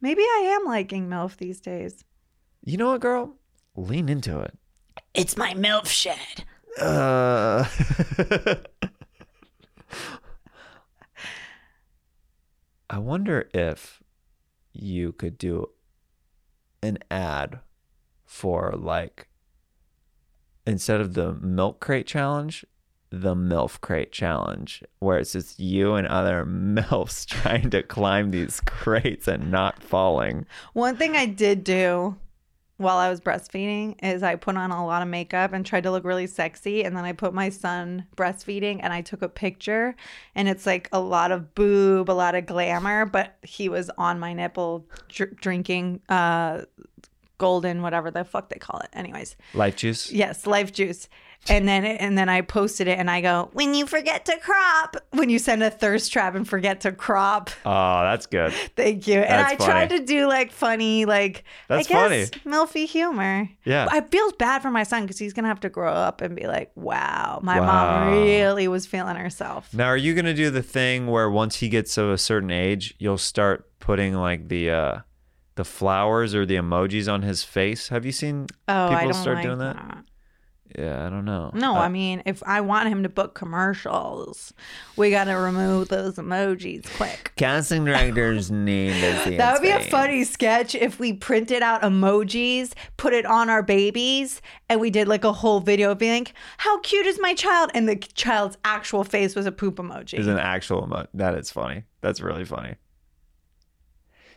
Speaker 1: Maybe I am liking MILF these days.
Speaker 3: You know what, girl? Lean into it.
Speaker 5: It's my MILF shed.
Speaker 3: Uh, I wonder if you could do an ad for like instead of the milk crate challenge, the MILF crate challenge, where it's just you and other MILFs trying to climb these crates and not falling.
Speaker 1: One thing I did do while I was breastfeeding is I put on a lot of makeup and tried to look really sexy. And then I put my son breastfeeding and I took a picture. And it's like a lot of boob, a lot of glamour, but he was on my nipple dr- drinking uh, golden, whatever the fuck they call it. Anyways,
Speaker 3: Life juice?
Speaker 1: yes, life juice. And then and then I posted it and I go, when you forget to crop, when you send a thirst trap and forget to crop.
Speaker 3: Oh, that's good.
Speaker 1: Thank you. And
Speaker 3: That's
Speaker 1: I tried
Speaker 3: funny.
Speaker 1: to do like funny, like
Speaker 3: That's
Speaker 1: I guess milfy humor.
Speaker 3: Yeah.
Speaker 1: I feel bad for my son because he's gonna have to grow up and be like, "Wow, my
Speaker 3: Wow.
Speaker 1: mom really was feeling herself."
Speaker 3: Now, are you gonna do the thing where once he gets to a certain age, you'll start putting like the uh, the flowers or the emojis on his face? Have you seen
Speaker 1: Oh, I
Speaker 3: people
Speaker 1: don't
Speaker 3: start
Speaker 1: like
Speaker 3: doing that? Yeah, I don't know.
Speaker 1: No,
Speaker 3: Uh,
Speaker 1: I mean, if I want him to book commercials, we gotta remove those emojis quick.
Speaker 3: casting directors need to see.
Speaker 1: That would be
Speaker 3: his
Speaker 1: a
Speaker 3: face.
Speaker 1: funny sketch if we printed out emojis, put it on our babies, and we did like a whole video of being like, "How cute is my child?" And the child's actual face was a poop emoji.
Speaker 3: Is an actual emo- that is funny. That's really funny.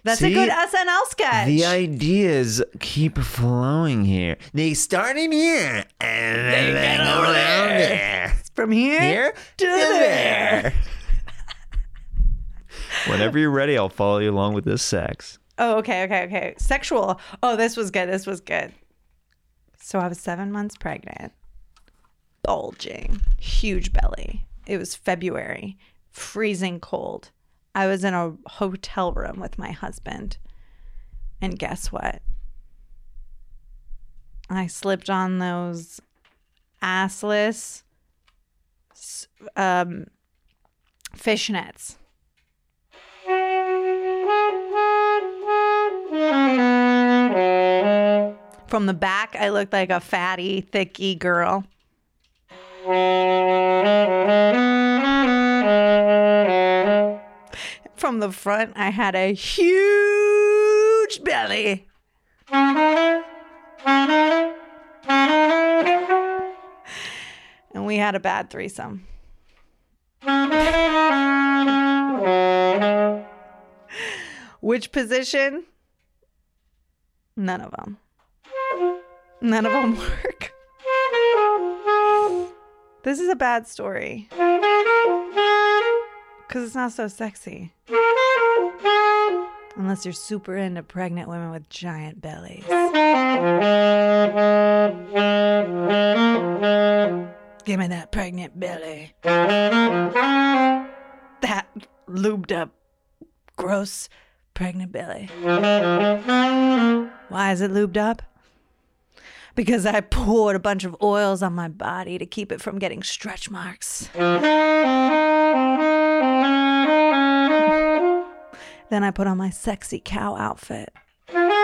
Speaker 1: That's
Speaker 3: See?
Speaker 1: a good SNL sketch.
Speaker 3: The ideas keep flowing here. They started here and then they go over there.
Speaker 1: From here,
Speaker 3: Here
Speaker 1: to there.
Speaker 3: Whenever you're ready, I'll follow you along with this sex.
Speaker 1: Oh, okay, okay, okay. Sexual. Oh, this was good. This was good. So I was seven months pregnant, bulging, huge belly. It was February, freezing cold. I was in a hotel room with my husband. And guess what? I slipped on those assless s- um, fishnets. From the back, I looked like a fatty, thicky girl. From the front, I had a huge belly. And we had a bad threesome. Which position? None of them. None of them work. This is a bad story. Because it's not so sexy. Unless you're super into pregnant women with giant bellies. Give me that pregnant belly. That lubed up, gross pregnant belly. Why is it lubed up? Because I poured a bunch of oils on my body to keep it from getting stretch marks. Then I put on my sexy cow outfit. And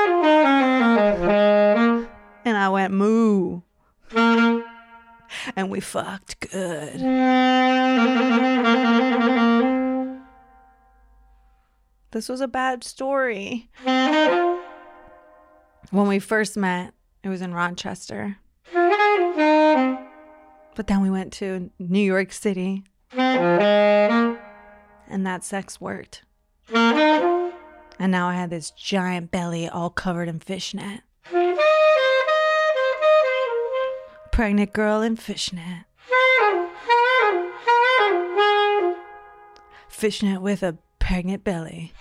Speaker 1: I went moo. And we fucked good. This was a bad story. When we first met, it was in Rochester. But then we went to New York City. And that sex worked. And now I had this giant belly all covered in fishnet. Pregnant girl in fishnet. Fishnet with a pregnant belly.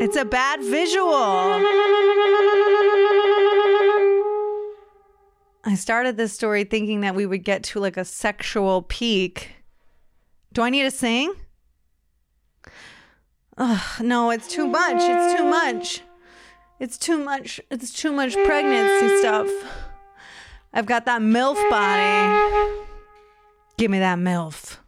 Speaker 1: It's a bad visual. I started this story thinking that we would get to like a sexual peak. Do I need to sing? Ugh, no, it's too much. It's too much. It's too much. It's too much pregnancy stuff. I've got that MILF body. Give me that MILF.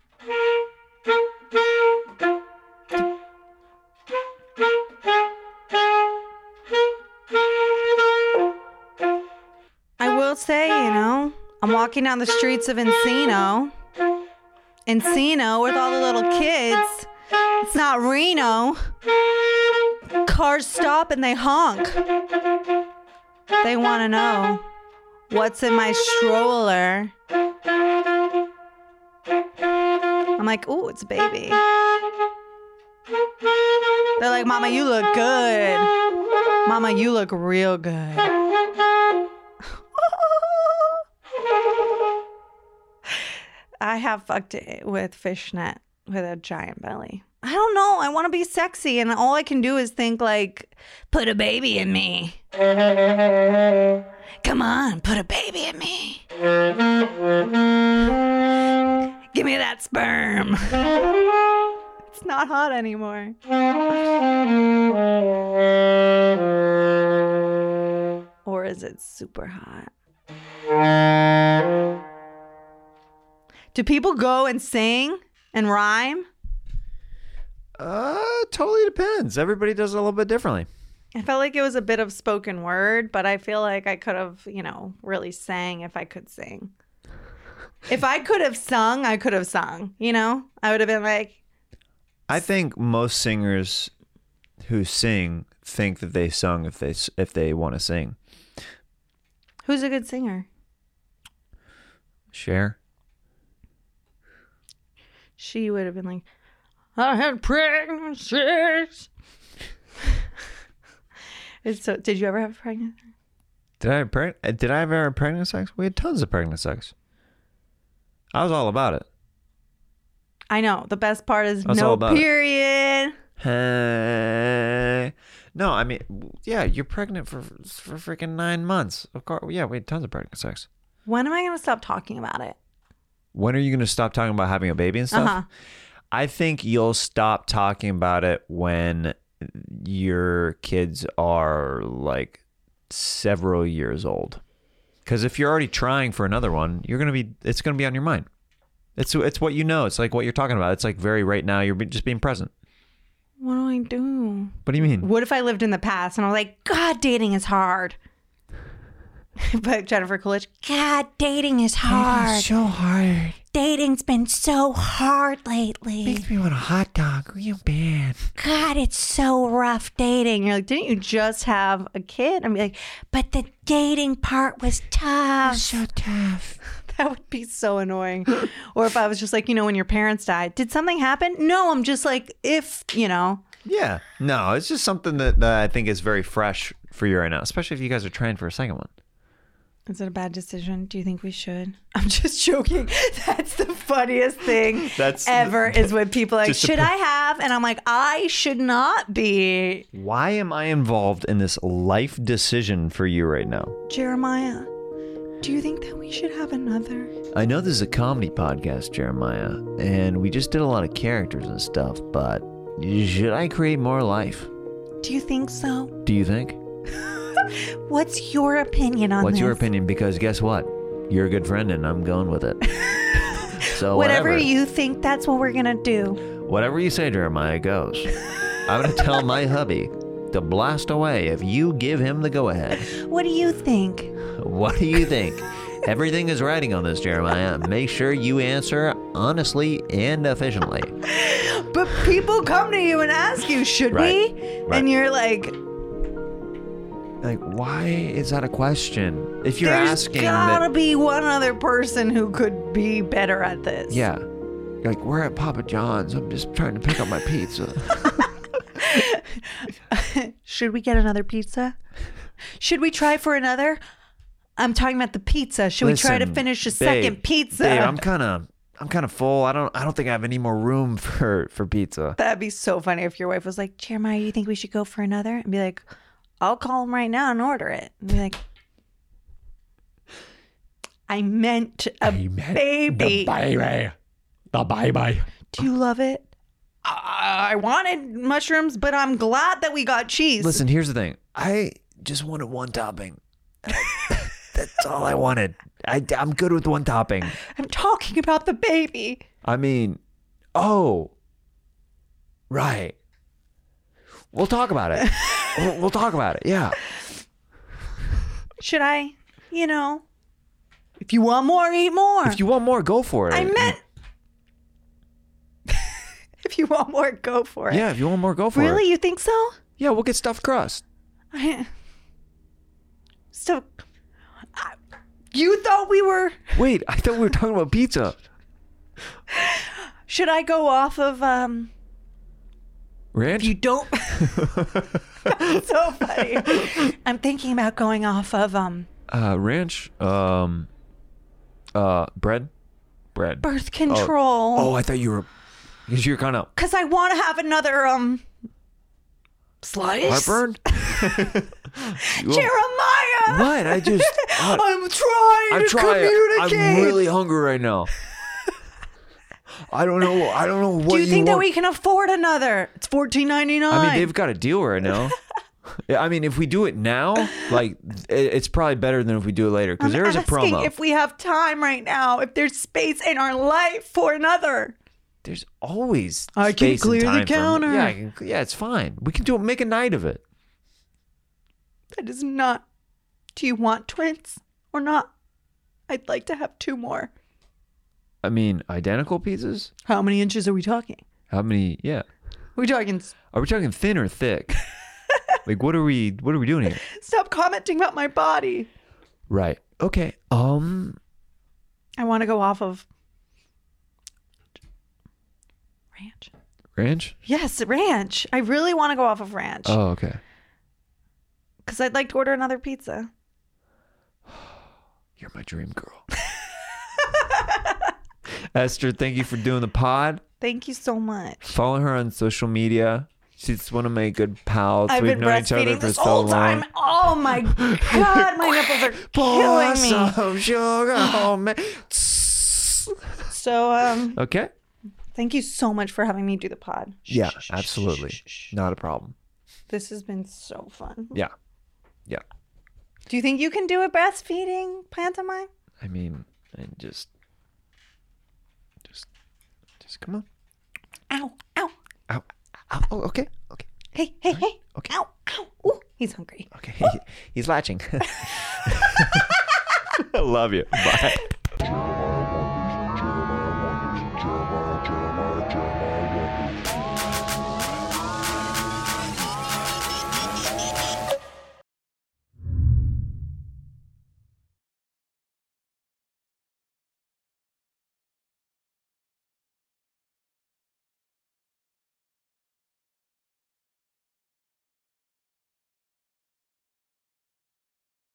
Speaker 1: I will say, you know, I'm walking down the streets of Encino. Encino with all the little kids. It's not Reno. Cars stop and they honk. They want to know what's in my stroller. I'm like, ooh, it's a baby. They're like, Mama, you look good. Mama, you look real good. I have fucked it with fishnet with a giant belly. I don't know. I want to be sexy, and all I can do is think like, put a baby in me. Come on, put a baby in me. Give me that sperm. It's not hot anymore. Or is it super hot? Do people go and sing and rhyme?
Speaker 3: Uh, totally depends. Everybody does it a little bit differently.
Speaker 1: I felt like it was a bit of spoken word, but I feel like I could have, you know, really sang if I could sing. If I could have sung, I could have sung, you know? I would have been like,
Speaker 3: I think most singers who sing think that they sung if they s- if they want to sing.
Speaker 1: who's a good singer?
Speaker 3: Share.
Speaker 1: She would have been like, I had pregnancies. It's so, did you ever have a pregnancy?
Speaker 3: Did I have preg- uh, did I ever have pregnant sex? We had tons of pregnant sex. I was all about it.
Speaker 1: I know. The best part is
Speaker 3: That's all
Speaker 1: no
Speaker 3: about it.
Speaker 1: period.
Speaker 3: Hey. No, I mean, yeah, you're pregnant for for freaking nine months. Of course, yeah, we had tons of pregnant sex.
Speaker 1: When am I going to stop talking about it?
Speaker 3: When are you going to stop talking about having a baby and stuff?
Speaker 1: Uh-huh.
Speaker 3: I think you'll stop talking about it when your kids are like several years old. Because if you're already trying for another one, you're gonna be. It's gonna be on your mind. It's it's what you know. It's like what you're talking about. It's like very right now. You're be- just being present.
Speaker 1: What do I do?
Speaker 3: What do you mean?
Speaker 1: What if I lived in the past and I was like, God, dating is hard. but Jennifer Coolidge,
Speaker 5: God, dating is hard.
Speaker 6: So hard.
Speaker 5: Dating's been so hard lately.
Speaker 6: Makes me want a hot dog real bad.
Speaker 5: God, it's so rough dating.
Speaker 1: and you're like, didn't you just have a kid? I'm like,
Speaker 5: But the dating part was tough.
Speaker 6: So tough.
Speaker 1: that would be so annoying. or if I was just like, you know, when your parents died, did something happen? No, I'm just like, if, you know,
Speaker 3: Yeah. No, it's just something that, that I think is very fresh for you right now, especially if you guys are trying for a second one.
Speaker 1: is it a bad decision? Do you think we should? I'm just joking. That's the funniest thing
Speaker 3: That's-
Speaker 1: ever is when people are like,
Speaker 3: Just to
Speaker 1: should
Speaker 3: put-
Speaker 1: I have? And I'm like, I should not be.
Speaker 3: Why am I involved in this life decision for you right now?
Speaker 1: Jeremiah, do you think that we should have another?
Speaker 3: I know this is a comedy podcast, Jeremiah, and we just did a lot of characters and stuff, but should I create more life?
Speaker 1: Do you think so?
Speaker 3: Do you think?
Speaker 1: What's your opinion on
Speaker 3: What's
Speaker 1: this?
Speaker 3: your opinion? Because guess what? You're a good friend and I'm going with it. so
Speaker 1: Whatever
Speaker 3: whatever,
Speaker 1: you think, that's what we're gonna do.
Speaker 3: whatever you say, Jeremiah goes. I'm gonna tell my hubby to blast away if you give him the go ahead.
Speaker 1: What do you think?
Speaker 3: What do you think? Everything is writing on this, Jeremiah. Make sure you answer honestly and efficiently.
Speaker 1: But people come to you and ask you, should
Speaker 3: Right.
Speaker 1: we?
Speaker 3: Right.
Speaker 1: And you're like,
Speaker 3: Like, why is that a question? If you're
Speaker 1: there's
Speaker 3: asking,
Speaker 1: gotta
Speaker 3: that,
Speaker 1: be one other person who could be better at this.
Speaker 3: yeah, You're like we're at Papa John's. I'm just trying to pick up my pizza.
Speaker 1: Should we get another pizza? Should we try for another? I'm talking about the pizza. Should we try to
Speaker 3: Listen,
Speaker 1: finish a
Speaker 3: babe,
Speaker 1: second pizza?
Speaker 3: Babe, I'm kind of, I'm kind of full. I don't, I don't think I have any more room for for pizza.
Speaker 1: That'd be so funny if your wife was like, Jeremiah, you think we should go for another? And be like, I'll call him right now and order it. And be like, I meant a baby.
Speaker 6: baby. The baby.
Speaker 1: Do you love it? I I wanted mushrooms, but I'm glad that we got cheese.
Speaker 3: Listen, here's the thing. I just wanted one topping. That's all I wanted. I, I'm good with one topping.
Speaker 1: I'm talking about the baby.
Speaker 3: I mean, oh, right. We'll talk about it. we'll, we'll talk about it. Yeah.
Speaker 1: Should I, you know, if you want more, eat more.
Speaker 3: If you want more, go for it.
Speaker 1: I meant, if you want more, go for it.
Speaker 3: Yeah, if you want more, go for
Speaker 1: really,
Speaker 3: it.
Speaker 1: you think so?
Speaker 3: Yeah, we'll get stuffed crust.
Speaker 1: I still. I, you thought Oh, we were.
Speaker 3: Wait, I thought we were talking about pizza.
Speaker 1: Should I go off of um?
Speaker 3: Ranch?
Speaker 1: You don't. That's so funny. I'm thinking about going off of um
Speaker 3: uh, ranch. Um, uh, bread. Bread.
Speaker 1: birth control
Speaker 3: Oh, I thought you were. Because you're kind of
Speaker 1: because I want to have another um slice.
Speaker 3: heartburn.
Speaker 1: Jeremiah.
Speaker 3: What? I just. I-
Speaker 1: I'm trying
Speaker 3: I'm
Speaker 1: to
Speaker 3: trying.
Speaker 1: communicate.
Speaker 3: I'm really hungry right now. I don't know. I don't know what
Speaker 1: Do you, think that
Speaker 3: want.
Speaker 1: we can afford another? It's fourteen ninety nine.
Speaker 3: I mean, they've got a deal right now. Yeah, I mean, if we do it now, like it- it's probably better than if we do it later because there is a
Speaker 1: asking
Speaker 3: promo.
Speaker 1: if we have time right now, if there's space in our life for another.
Speaker 3: There's always
Speaker 1: I can
Speaker 3: space and
Speaker 1: clear the
Speaker 3: time for 'em.
Speaker 1: counter.
Speaker 3: yeah, I can, yeah, it's fine. We can do it. Make a night of it.
Speaker 1: That is not. Do you want twins or not? I'd like to have two more.
Speaker 3: I mean, identical pizzas.
Speaker 1: How many inches are we talking?
Speaker 3: How many? Yeah.
Speaker 1: We're talking. s-
Speaker 3: Are we talking thin or thick? like, what are we? What are we doing here?
Speaker 1: Stop commenting about my body.
Speaker 3: Right. Okay. Um.
Speaker 1: I want to go off of ranch.
Speaker 3: Ranch.
Speaker 1: Yes, ranch. I really want to go off of ranch
Speaker 3: Oh, okay.
Speaker 1: because I'd like to order another pizza.
Speaker 3: You're my dream girl. Esther, thank you for doing the pod.
Speaker 1: Thank you so much.
Speaker 3: Follow her on social media. She's one of my good pals.
Speaker 1: I've
Speaker 3: We've
Speaker 1: been
Speaker 3: known each other
Speaker 1: breastfeeding
Speaker 3: for
Speaker 1: this
Speaker 3: so
Speaker 1: whole
Speaker 3: long.
Speaker 1: time. Oh my god, my nipples are killing me.
Speaker 3: Awesome sugar, oh man.
Speaker 1: So, um,
Speaker 3: Okay.
Speaker 1: thank you so much for having me do the pod.
Speaker 3: Yeah, absolutely. Not a problem.
Speaker 1: This has been so fun.
Speaker 3: Yeah. Yeah.
Speaker 1: Do you think you can do a breastfeeding pantomime?
Speaker 3: I mean, and just, just, just come on.
Speaker 1: Ow, ow.
Speaker 3: Ow. Ow. Oh, okay. Okay.
Speaker 1: Hey, hey, hey.
Speaker 3: Okay.
Speaker 1: Ow, ow. Ooh, he's hungry.
Speaker 3: Okay. He's latching. I love you. Bye.